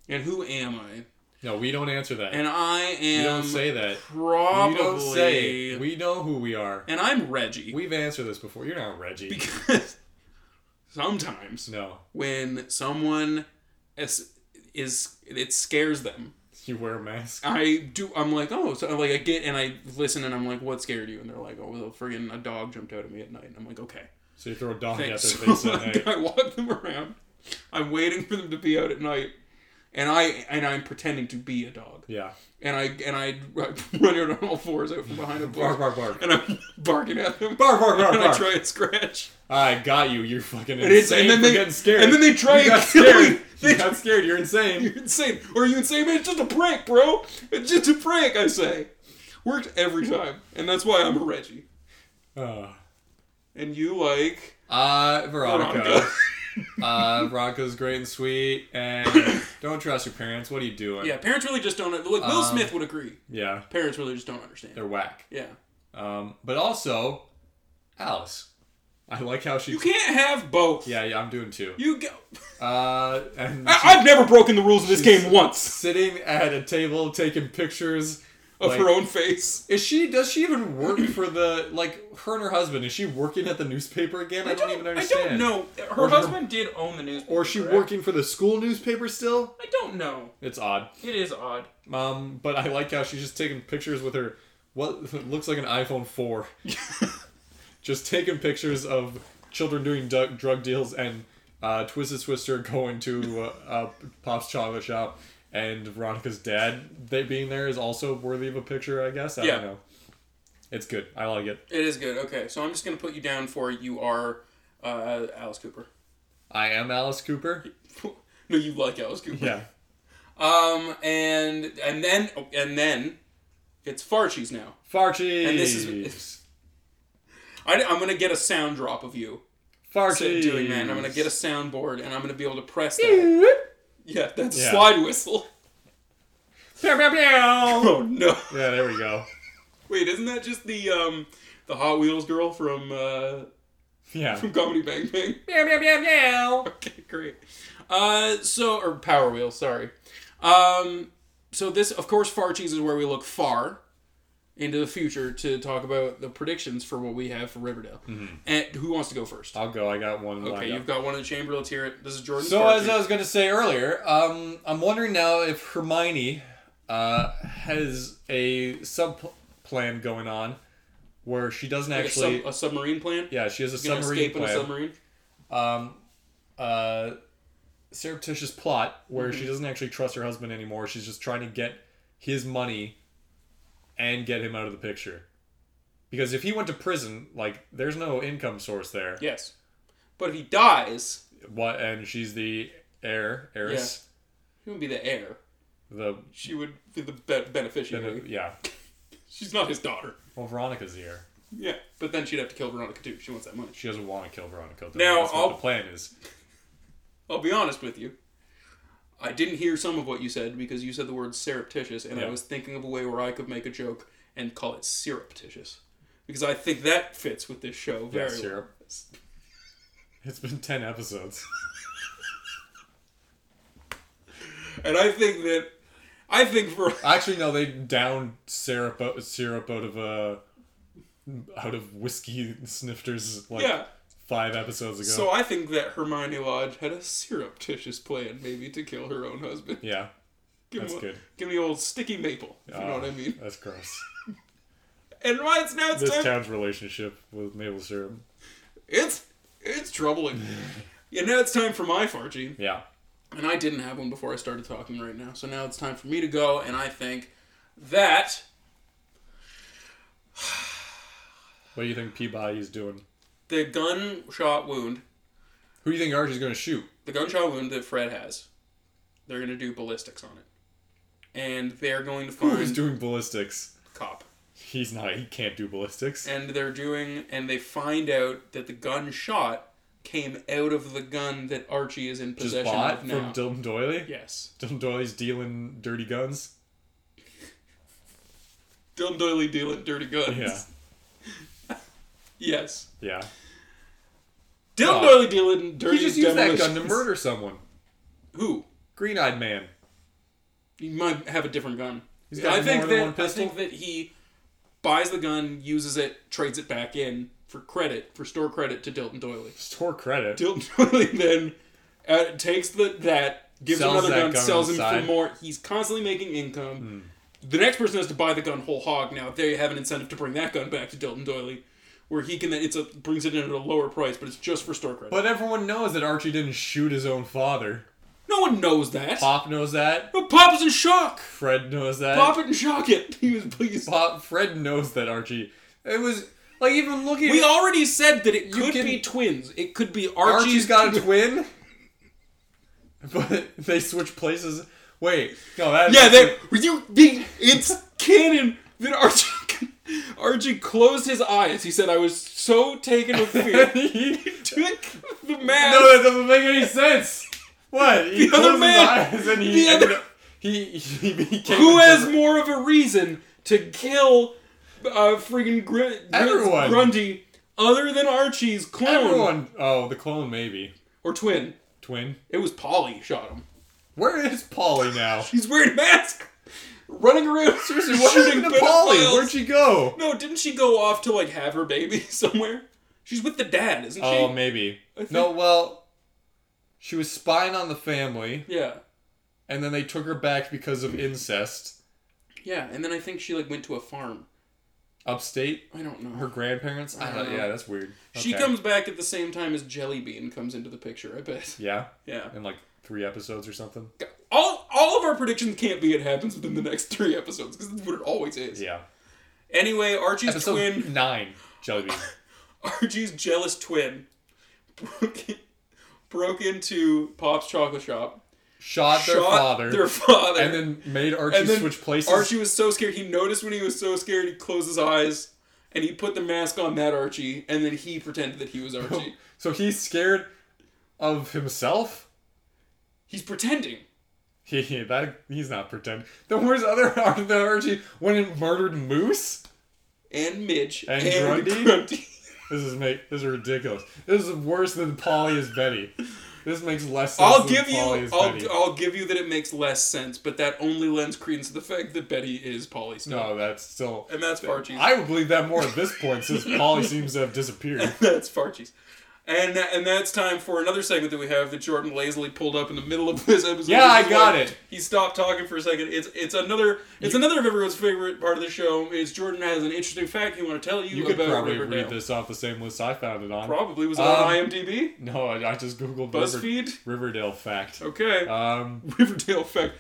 [SPEAKER 1] And who am I?
[SPEAKER 2] No, we don't answer that.
[SPEAKER 1] And I am.
[SPEAKER 2] we don't say that.
[SPEAKER 1] Probably.
[SPEAKER 2] We don't say. We know who we are.
[SPEAKER 1] and I'm Reggie.
[SPEAKER 2] We've answered this before. You're not Reggie.
[SPEAKER 1] because sometimes
[SPEAKER 2] no,
[SPEAKER 1] when someone is, is. It scares them.
[SPEAKER 2] you wear a mask.
[SPEAKER 1] I do. I'm like, oh, so like I get and I listen and I'm like, what scared you? And they're like, oh, well, friggin' a dog jumped out at me at night. And I'm like, okay.
[SPEAKER 2] So you throw a donkey at their
[SPEAKER 1] Thanks. Oh
[SPEAKER 2] face at night.
[SPEAKER 1] I walk them around. I'm waiting for them to be out at night, and I and I'm pretending to be a dog,
[SPEAKER 2] Yeah.
[SPEAKER 1] and I and I r- run out on all fours out from behind a
[SPEAKER 2] Bark,
[SPEAKER 1] bush,
[SPEAKER 2] bark, bark.
[SPEAKER 1] and I'm barking at them.
[SPEAKER 2] Bark, bark, bark,
[SPEAKER 1] And I
[SPEAKER 2] bark.
[SPEAKER 1] try and scratch.
[SPEAKER 2] I got you. You're fucking
[SPEAKER 1] And, it's,
[SPEAKER 2] insane.
[SPEAKER 1] and then
[SPEAKER 2] for
[SPEAKER 1] they
[SPEAKER 2] getting scared.
[SPEAKER 1] And then they try
[SPEAKER 2] you
[SPEAKER 1] and
[SPEAKER 2] got
[SPEAKER 1] kill me.
[SPEAKER 2] scared.
[SPEAKER 1] They
[SPEAKER 2] You got scared. You're insane.
[SPEAKER 1] You're insane. Or are you insane, man? It's just a prank, bro. It's just a prank. I say. Works every time, and that's why I'm a Reggie.
[SPEAKER 2] Uh,
[SPEAKER 1] And you like
[SPEAKER 2] uh, Veronica.
[SPEAKER 1] Veronica.
[SPEAKER 2] uh, Veronica's great and sweet. And don't trust your parents. What are you doing?
[SPEAKER 1] yeah, parents really just don't. Look, Will
[SPEAKER 2] Um,
[SPEAKER 1] Smith would agree.
[SPEAKER 2] Yeah.
[SPEAKER 1] Parents really just don't understand.
[SPEAKER 2] They're whack.
[SPEAKER 1] Yeah.
[SPEAKER 2] Um, but also, Alice. I like how she.
[SPEAKER 1] You can't have both.
[SPEAKER 2] yeah, yeah, I'm doing two.
[SPEAKER 1] You go.
[SPEAKER 2] Uh, and
[SPEAKER 1] I, I've never broken the rules of this
[SPEAKER 2] She's-
[SPEAKER 1] game once.
[SPEAKER 2] sitting at a table taking pictures
[SPEAKER 1] of
[SPEAKER 2] Like-
[SPEAKER 1] her own face.
[SPEAKER 2] Is she? Does she even work for the like her and her husband? Is she working at the newspaper again? I, don't, even understand.
[SPEAKER 1] I don't know. Her
[SPEAKER 2] Or her-
[SPEAKER 1] husband did own the newspaper.
[SPEAKER 2] Or is she
[SPEAKER 1] correct?
[SPEAKER 2] working for the school newspaper still?
[SPEAKER 1] I don't know.
[SPEAKER 2] It's odd.
[SPEAKER 1] It is odd.
[SPEAKER 2] Um, but I like how she's just taking pictures with her what looks like an iPhone four. just taking pictures of children doing du- drug deals and uh, Twisted Twister going to uh, uh, Pop's chocolate shop and Veronica's dad they being there is also worthy of a picture. I guess I
[SPEAKER 1] Yeah.
[SPEAKER 2] don't know. It's good. I like it.
[SPEAKER 1] It is good. Okay, so I'm just gonna put you down for you are uh, Alice Cooper.
[SPEAKER 2] I am Alice Cooper.
[SPEAKER 1] no, you like Alice Cooper.
[SPEAKER 2] Yeah.
[SPEAKER 1] Um, and and then oh, and then it's Farchies now.
[SPEAKER 2] Farchies.
[SPEAKER 1] And this is- I, am gonna get a sound drop of you
[SPEAKER 2] Farchies.
[SPEAKER 1] doing that. and I'm gonna get a soundboard and I'm gonna be able to press that. Yeah, that's
[SPEAKER 2] Yeah.
[SPEAKER 1] slide whistle.
[SPEAKER 2] Pew, pew, pew.
[SPEAKER 1] Oh no!
[SPEAKER 2] Yeah, there we go.
[SPEAKER 1] Wait, isn't that just the um the Hot Wheels girl from uh,
[SPEAKER 2] Yeah.
[SPEAKER 1] from Comedy Bang Bang? Okay, great. Uh, so or Power Wheel, sorry. Um, so this, of course, Far Cheese is where we look far into the future to talk about the predictions for what we have for Riverdale. And who wants to go first?
[SPEAKER 2] I'll go. Mm-hmm. I got one.
[SPEAKER 1] Okay,
[SPEAKER 2] lined up.
[SPEAKER 1] you've got one in the chamber. Let's hear it. This is Jordan.
[SPEAKER 2] So as I was going to say earlier, um, I'm wondering now if Hermione uh, has a sub plan going on where she doesn't actually.
[SPEAKER 1] a, sub- a submarine plan.
[SPEAKER 2] yeah, she has a
[SPEAKER 1] You're gonna
[SPEAKER 2] submarine
[SPEAKER 1] escape in a
[SPEAKER 2] plan.
[SPEAKER 1] submarine.
[SPEAKER 2] uh, surreptitious plot where
[SPEAKER 1] Mm-hmm.
[SPEAKER 2] she doesn't actually trust her husband anymore. She's just trying to get his money and get him out of the picture. Because if he went to prison, like there's no income source there.
[SPEAKER 1] Yes, but if he dies,
[SPEAKER 2] What and she's the heir, heiress,
[SPEAKER 1] he would be the heir.
[SPEAKER 2] the
[SPEAKER 1] She would be the be- beneficiary.
[SPEAKER 2] the- yeah.
[SPEAKER 1] She's not his daughter.
[SPEAKER 2] Well, Veronica's the heir.
[SPEAKER 1] Yeah, but then she'd have to kill Veronica too. She wants that money.
[SPEAKER 2] She doesn't want to kill Veronica. Though.
[SPEAKER 1] Now,
[SPEAKER 2] That's what
[SPEAKER 1] I'll-
[SPEAKER 2] the plan is.
[SPEAKER 1] I'll be honest with you. I didn't hear some of what you said because you said the word surreptitious, and I
[SPEAKER 2] Yeah.
[SPEAKER 1] was thinking of a way where I could make a joke and call it surreptitious. Because I think that fits with this show very
[SPEAKER 2] Yeah,
[SPEAKER 1] well.
[SPEAKER 2] syrup. It's been ten episodes.
[SPEAKER 1] And I think that. I think for.
[SPEAKER 2] Actually, no, they downed syrup out, syrup out of uh, out of whiskey snifters like
[SPEAKER 1] Yeah.
[SPEAKER 2] five episodes ago.
[SPEAKER 1] So I think that Hermione Lodge had a surreptitious plan, maybe, to kill her own husband.
[SPEAKER 2] yeah,
[SPEAKER 1] Give
[SPEAKER 2] that's
[SPEAKER 1] him a-
[SPEAKER 2] good.
[SPEAKER 1] Give me old sticky maple, if you know
[SPEAKER 2] Oh,
[SPEAKER 1] what I mean.
[SPEAKER 2] That's gross.
[SPEAKER 1] And why it's now it's
[SPEAKER 2] This
[SPEAKER 1] time.
[SPEAKER 2] town's relationship with maple syrup.
[SPEAKER 1] It's it's troubling. and now it's time for my farchie.
[SPEAKER 2] Yeah,
[SPEAKER 1] And I didn't have one before I started talking right now. So now it's time for me to go, and I think that
[SPEAKER 2] what do you think Peabody's doing?
[SPEAKER 1] the gunshot wound,
[SPEAKER 2] Who do you think Archie's going to shoot?
[SPEAKER 1] the gunshot wound that Fred has, they're going to do ballistics on it. And they're going to
[SPEAKER 2] Who's
[SPEAKER 1] find
[SPEAKER 2] doing ballistics?
[SPEAKER 1] cop.
[SPEAKER 2] He's not. He can't do ballistics.
[SPEAKER 1] And they're doing, and they find out that the gunshot came out of the gun that Archie is in
[SPEAKER 2] Just
[SPEAKER 1] possession
[SPEAKER 2] bought
[SPEAKER 1] of
[SPEAKER 2] from
[SPEAKER 1] now.
[SPEAKER 2] Dylan Doyle.
[SPEAKER 1] yes.
[SPEAKER 2] Dylan Doyle's dealing dirty guns.
[SPEAKER 1] Dylan Doily dealing dirty guns.
[SPEAKER 2] Yeah,
[SPEAKER 1] Yes.
[SPEAKER 2] yeah.
[SPEAKER 1] Dylan
[SPEAKER 2] Oh.
[SPEAKER 1] Doily dealing dirty
[SPEAKER 2] He just used that gun to
[SPEAKER 1] demolitions.
[SPEAKER 2] murder someone.
[SPEAKER 1] Who?
[SPEAKER 2] Green Eyed Man.
[SPEAKER 1] He might have a different gun.
[SPEAKER 2] He's got
[SPEAKER 1] I think
[SPEAKER 2] more than
[SPEAKER 1] that
[SPEAKER 2] one
[SPEAKER 1] I
[SPEAKER 2] pistol?
[SPEAKER 1] think that he buys the gun, uses it, trades it back in for credit for store credit to Dilton Doily.
[SPEAKER 2] Store credit.
[SPEAKER 1] Dilton Doily then uh, takes the that gives
[SPEAKER 2] Sells
[SPEAKER 1] another
[SPEAKER 2] that
[SPEAKER 1] gun,
[SPEAKER 2] gun Hmm.
[SPEAKER 1] sells
[SPEAKER 2] on
[SPEAKER 1] him
[SPEAKER 2] the
[SPEAKER 1] for
[SPEAKER 2] side.
[SPEAKER 1] more. He's constantly making income. The next person has to buy the gun whole hog. Now they have an incentive to bring that gun back to Dilton Doily, where he can then it's a brings it in at a lower price, but it's just for store credit.
[SPEAKER 2] But everyone knows that Archie didn't shoot his own father.
[SPEAKER 1] no one knows that. Pop,
[SPEAKER 2] Pop knows that.
[SPEAKER 1] Pop's in shock.
[SPEAKER 2] Fred knows that.
[SPEAKER 1] Pop it and shock it. He was pleased.
[SPEAKER 2] Pop- Fred knows that Archie. It was like even looking.
[SPEAKER 1] We already said that it could
[SPEAKER 2] can-
[SPEAKER 1] be twins. It could be
[SPEAKER 2] Archie's
[SPEAKER 1] Archie's
[SPEAKER 2] got a twin. But they switch places. Wait, no, that
[SPEAKER 1] Yeah, that you. They, it's canon that Archie Archie closed his eyes. He said, "I was so taken with fear." He took the mask.
[SPEAKER 2] No, that doesn't make any sense. What? He
[SPEAKER 1] The other
[SPEAKER 2] closed
[SPEAKER 1] man-
[SPEAKER 2] his eyes and
[SPEAKER 1] the
[SPEAKER 2] he
[SPEAKER 1] other-
[SPEAKER 2] ended up- he, he became
[SPEAKER 1] Who
[SPEAKER 2] a
[SPEAKER 1] has more of a reason to kill uh, friggin' Gr-
[SPEAKER 2] Everyone.
[SPEAKER 1] Grundy other than Archie's clone
[SPEAKER 2] Everyone. Oh, the clone maybe.
[SPEAKER 1] or twin?
[SPEAKER 2] Twin.
[SPEAKER 1] It was Polly shot him.
[SPEAKER 2] Where is Polly now?
[SPEAKER 1] He's wearing a mask. running around
[SPEAKER 2] Seriously, what happened to Polly?
[SPEAKER 1] pedophiles.
[SPEAKER 2] Where'd she go?
[SPEAKER 1] No, didn't she go off to like have her baby somewhere? She's with the dad, isn't she?
[SPEAKER 2] Oh, maybe.
[SPEAKER 1] think-
[SPEAKER 2] No, well, she was spying on the family,
[SPEAKER 1] yeah,
[SPEAKER 2] and then they took her back because of incest.
[SPEAKER 1] yeah. And then I think she like went to a farm.
[SPEAKER 2] Upstate,
[SPEAKER 1] I don't know.
[SPEAKER 2] her grandparents. I don't, yeah, that's weird.
[SPEAKER 1] She
[SPEAKER 2] Okay.
[SPEAKER 1] comes back at the same time as Jelly Bean comes into the picture. I bet.
[SPEAKER 2] Yeah,
[SPEAKER 1] Yeah.
[SPEAKER 2] in like three episodes or something.
[SPEAKER 1] All all of our predictions can't be it happens within the next three episodes because that's what it always is.
[SPEAKER 2] Yeah.
[SPEAKER 1] Anyway, Archie's
[SPEAKER 2] Episode
[SPEAKER 1] twin,
[SPEAKER 2] nine, Jellybean.
[SPEAKER 1] Archie's jealous twin, broke, broke into Pop's chocolate shop,
[SPEAKER 2] Shot their
[SPEAKER 1] shot
[SPEAKER 2] father,
[SPEAKER 1] their father,
[SPEAKER 2] and then made Archie
[SPEAKER 1] and then
[SPEAKER 2] switch places.
[SPEAKER 1] Archie was so scared. He noticed when he was so scared. He closed his eyes and he put the mask on that Archie, and then he pretended that he was Archie.
[SPEAKER 2] So he's scared of himself.
[SPEAKER 1] He's pretending.
[SPEAKER 2] He that he's not pretending. Then where's other the Archie when it murdered Moose?
[SPEAKER 1] And Midge
[SPEAKER 2] And Grundy?
[SPEAKER 1] Grundy.
[SPEAKER 2] This is make this is ridiculous. This is worse than Polly is Betty. This makes less sense.
[SPEAKER 1] I'll
[SPEAKER 2] than
[SPEAKER 1] give
[SPEAKER 2] Polly
[SPEAKER 1] you,
[SPEAKER 2] is Betty.
[SPEAKER 1] I'll, I'll give you that it makes less sense, but that only lends credence to the fact that Betty is Polly still.
[SPEAKER 2] no, that's still.
[SPEAKER 1] And that's Archie's.
[SPEAKER 2] I would believe that more at this point since Polly seems to have disappeared.
[SPEAKER 1] that's Farchie's. And tha- and that's time for another segment that we have that Jordan lazily pulled up in the middle of this episode.
[SPEAKER 2] Yeah, I
[SPEAKER 1] He's
[SPEAKER 2] got
[SPEAKER 1] like-
[SPEAKER 2] it.
[SPEAKER 1] He stopped talking for a second. It's it's another it's another of everyone's favorite part of the show. Is Jordan has an interesting fact he want to tell you,
[SPEAKER 2] You could
[SPEAKER 1] about
[SPEAKER 2] probably
[SPEAKER 1] Riverdale.
[SPEAKER 2] read this off the same list I found it on.
[SPEAKER 1] Probably was it
[SPEAKER 2] Um,
[SPEAKER 1] on IMDb,
[SPEAKER 2] No, I, I just googled River-
[SPEAKER 1] BuzzFeed.
[SPEAKER 2] Riverdale fact.
[SPEAKER 1] Okay,
[SPEAKER 2] Um,
[SPEAKER 1] Riverdale fact.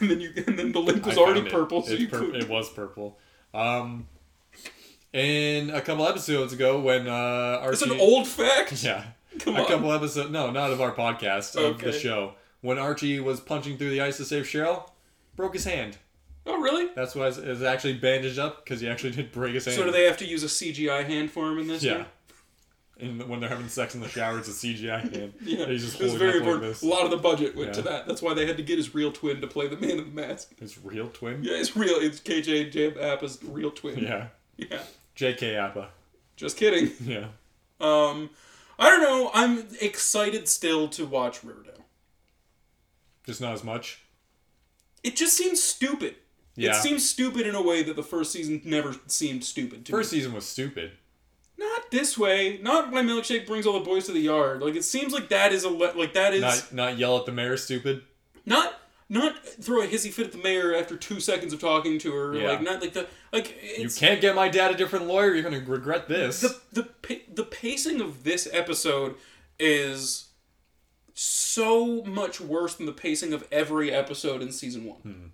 [SPEAKER 1] And then you and then the link was
[SPEAKER 2] I
[SPEAKER 1] already
[SPEAKER 2] found it.
[SPEAKER 1] purple, so
[SPEAKER 2] It's
[SPEAKER 1] you
[SPEAKER 2] pur-
[SPEAKER 1] could.
[SPEAKER 2] it was purple. Um, in a couple episodes ago, when uh, Archie,
[SPEAKER 1] It's an old fact.
[SPEAKER 2] yeah,
[SPEAKER 1] Come
[SPEAKER 2] a
[SPEAKER 1] on.
[SPEAKER 2] couple episodes, no, not of our podcast, of the
[SPEAKER 1] Okay.
[SPEAKER 2] show, when Archie was punching through the ice to save Cheryl, broke his hand.
[SPEAKER 1] Oh really?
[SPEAKER 2] That's why it's, it's actually bandaged up because he actually did break his hand.
[SPEAKER 1] So do they have to use a CGI hand for him in this?
[SPEAKER 2] Yeah.
[SPEAKER 1] now?
[SPEAKER 2] And when they're having sex in the shower, it's a CGI hand.
[SPEAKER 1] Yeah,
[SPEAKER 2] he's just
[SPEAKER 1] it was
[SPEAKER 2] holding
[SPEAKER 1] very
[SPEAKER 2] up like
[SPEAKER 1] important.
[SPEAKER 2] this.
[SPEAKER 1] A lot of the budget went to
[SPEAKER 2] Yeah.
[SPEAKER 1] that. That's why they had to get his real twin to play the man in the mask.
[SPEAKER 2] His real twin.
[SPEAKER 1] Yeah, it's real. It's KJ Jam Appa's real twin.
[SPEAKER 2] yeah.
[SPEAKER 1] Yeah.
[SPEAKER 2] J.K. Appa.
[SPEAKER 1] Just kidding.
[SPEAKER 2] Yeah.
[SPEAKER 1] Um, I don't know. I'm excited still to watch Riverdale.
[SPEAKER 2] Just not as much.
[SPEAKER 1] It just seems stupid.
[SPEAKER 2] Yeah.
[SPEAKER 1] It seems stupid in a way that the first season never seemed stupid to
[SPEAKER 2] First
[SPEAKER 1] me.
[SPEAKER 2] season was stupid.
[SPEAKER 1] Not this way. Not my milkshake brings all the boys to the yard. Like it seems like that is a le- like that is
[SPEAKER 2] Not not yell at the mayor, stupid.
[SPEAKER 1] not not throw a hissy fit at the mayor after two seconds of talking to her.
[SPEAKER 2] Yeah.
[SPEAKER 1] Like not like the like
[SPEAKER 2] You
[SPEAKER 1] it's,
[SPEAKER 2] can't get my dad a different lawyer. You're gonna regret this.
[SPEAKER 1] the the pa- the pacing of this episode is so much worse than the pacing of every episode in season one,
[SPEAKER 2] Hmm.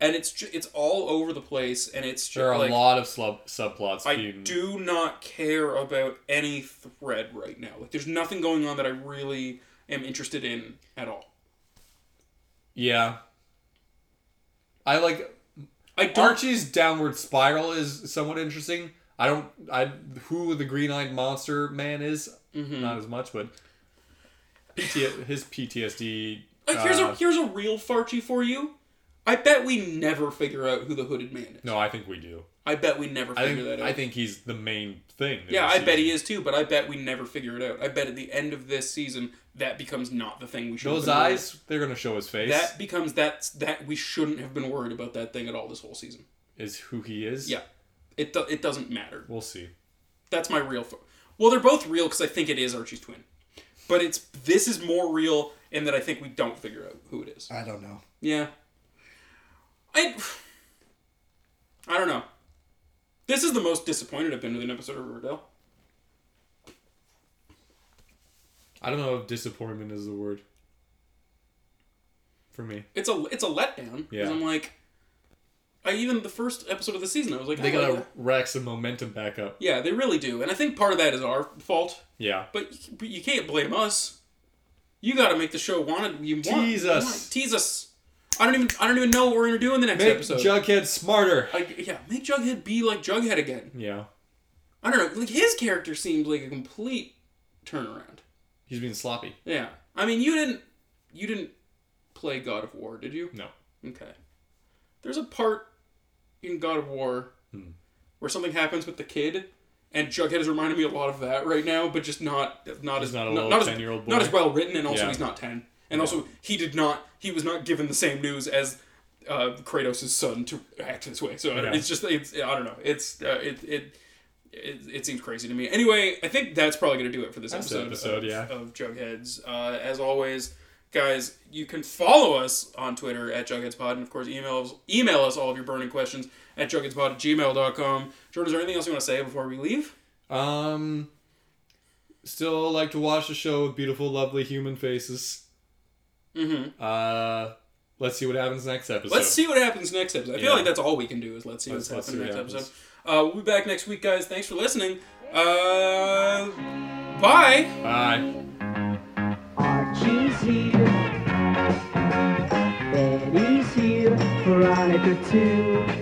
[SPEAKER 1] and it's ju- it's all over the place, and it's just
[SPEAKER 2] there are
[SPEAKER 1] like
[SPEAKER 2] a lot of slub, subplots.
[SPEAKER 1] I
[SPEAKER 2] being-
[SPEAKER 1] do not care about any thread right now. Like there's nothing going on that I really am interested in at all.
[SPEAKER 2] Yeah. I like
[SPEAKER 1] I don't.
[SPEAKER 2] Archie's downward spiral is somewhat interesting. I don't. I who the green eyed monster man is
[SPEAKER 1] Mm-hmm.
[SPEAKER 2] not as much, but PT, his PTSD.
[SPEAKER 1] like, here's a
[SPEAKER 2] uh,
[SPEAKER 1] here's a real Farchi for you. I bet we never figure out who the hooded man is.
[SPEAKER 2] No, I think we do.
[SPEAKER 1] I bet we never
[SPEAKER 2] I
[SPEAKER 1] figure that
[SPEAKER 2] think
[SPEAKER 1] out.
[SPEAKER 2] I think he's the main thing. in
[SPEAKER 1] Yeah,
[SPEAKER 2] this
[SPEAKER 1] I bet
[SPEAKER 2] season.
[SPEAKER 1] he is too, but I bet we never figure it out. I bet at the end of this season, that becomes not the thing we should.
[SPEAKER 2] Those
[SPEAKER 1] have been
[SPEAKER 2] eyes, they're gonna show his face.
[SPEAKER 1] Worried. That becomes that that we shouldn't have been worried about that thing at all this whole season.
[SPEAKER 2] Is who he is.
[SPEAKER 1] Yeah, it do, it doesn't matter.
[SPEAKER 2] we'll see.
[SPEAKER 1] That's my real. Fo- well, they're both real because I think it is Archie's twin, but it's this is more real in that I think we don't figure out who it is.
[SPEAKER 2] I don't know.
[SPEAKER 1] Yeah, I I don't know. This is the most disappointed I've been with an episode of Riverdale.
[SPEAKER 2] I don't know if disappointment is the word for me.
[SPEAKER 1] it's a it's a letdown because
[SPEAKER 2] Yeah.
[SPEAKER 1] I'm like, I even the first episode of the season I was like,
[SPEAKER 2] They
[SPEAKER 1] I like
[SPEAKER 2] gotta
[SPEAKER 1] that.
[SPEAKER 2] rack some momentum back up.
[SPEAKER 1] yeah, they really do, and I think part of that is our fault,
[SPEAKER 2] Yeah.
[SPEAKER 1] but you, but you can't blame us. You got to make the show wanted. You want,
[SPEAKER 2] Tease
[SPEAKER 1] you
[SPEAKER 2] us.
[SPEAKER 1] want- tease us. I don't even I don't even know what we're gonna do in the next
[SPEAKER 2] Make
[SPEAKER 1] episode.
[SPEAKER 2] Jughead smarter.
[SPEAKER 1] I- yeah, make Jughead be like Jughead again.
[SPEAKER 2] Yeah.
[SPEAKER 1] I don't know. Like his character seemed like a complete turnaround.
[SPEAKER 2] He's being sloppy.
[SPEAKER 1] Yeah, I mean you didn't you didn't play God of War, did you?
[SPEAKER 2] No.
[SPEAKER 1] Okay. There's a part in God of War
[SPEAKER 2] Hmm.
[SPEAKER 1] where something happens with the kid, and Jughead is reminding me a lot of that right now, but just not not as
[SPEAKER 2] not
[SPEAKER 1] not,
[SPEAKER 2] a little
[SPEAKER 1] not as
[SPEAKER 2] 10-year-old boy.
[SPEAKER 1] not as well written, and also
[SPEAKER 2] Yeah.
[SPEAKER 1] he's not ten, and also he did not he was not given the same news as uh, Kratos' son to act this way. So I don't-
[SPEAKER 5] Yeah.
[SPEAKER 1] it's just it's I don't know. It's uh, it, it it it seems crazy to me. Anyway, I think that's probably gonna do it for this
[SPEAKER 2] That's
[SPEAKER 1] episode,
[SPEAKER 2] the episode,
[SPEAKER 1] of,
[SPEAKER 2] yeah.
[SPEAKER 1] of Jugheads. Uh, as always. Guys, you can follow us on Twitter at JugheadsPod, and of course, email us, email us all of your burning questions at jugheadspod at gmail.com. Jordan, is there anything else you want to say before we leave?
[SPEAKER 2] Um, still like to watch the show with beautiful, lovely human faces.
[SPEAKER 1] Mm-hmm.
[SPEAKER 2] Uh, let's see what happens next episode.
[SPEAKER 1] Let's see what happens next episode. I feel
[SPEAKER 2] Yeah.
[SPEAKER 1] like that's all we can do is let's see
[SPEAKER 2] Let's-
[SPEAKER 1] what's
[SPEAKER 2] let's
[SPEAKER 1] happening
[SPEAKER 2] see
[SPEAKER 1] next
[SPEAKER 2] what
[SPEAKER 1] episode. Uh, we'll be back next week, guys. Thanks for listening. Uh, bye.
[SPEAKER 2] Bye.
[SPEAKER 3] Archie's here. Betty's here. Veronica too.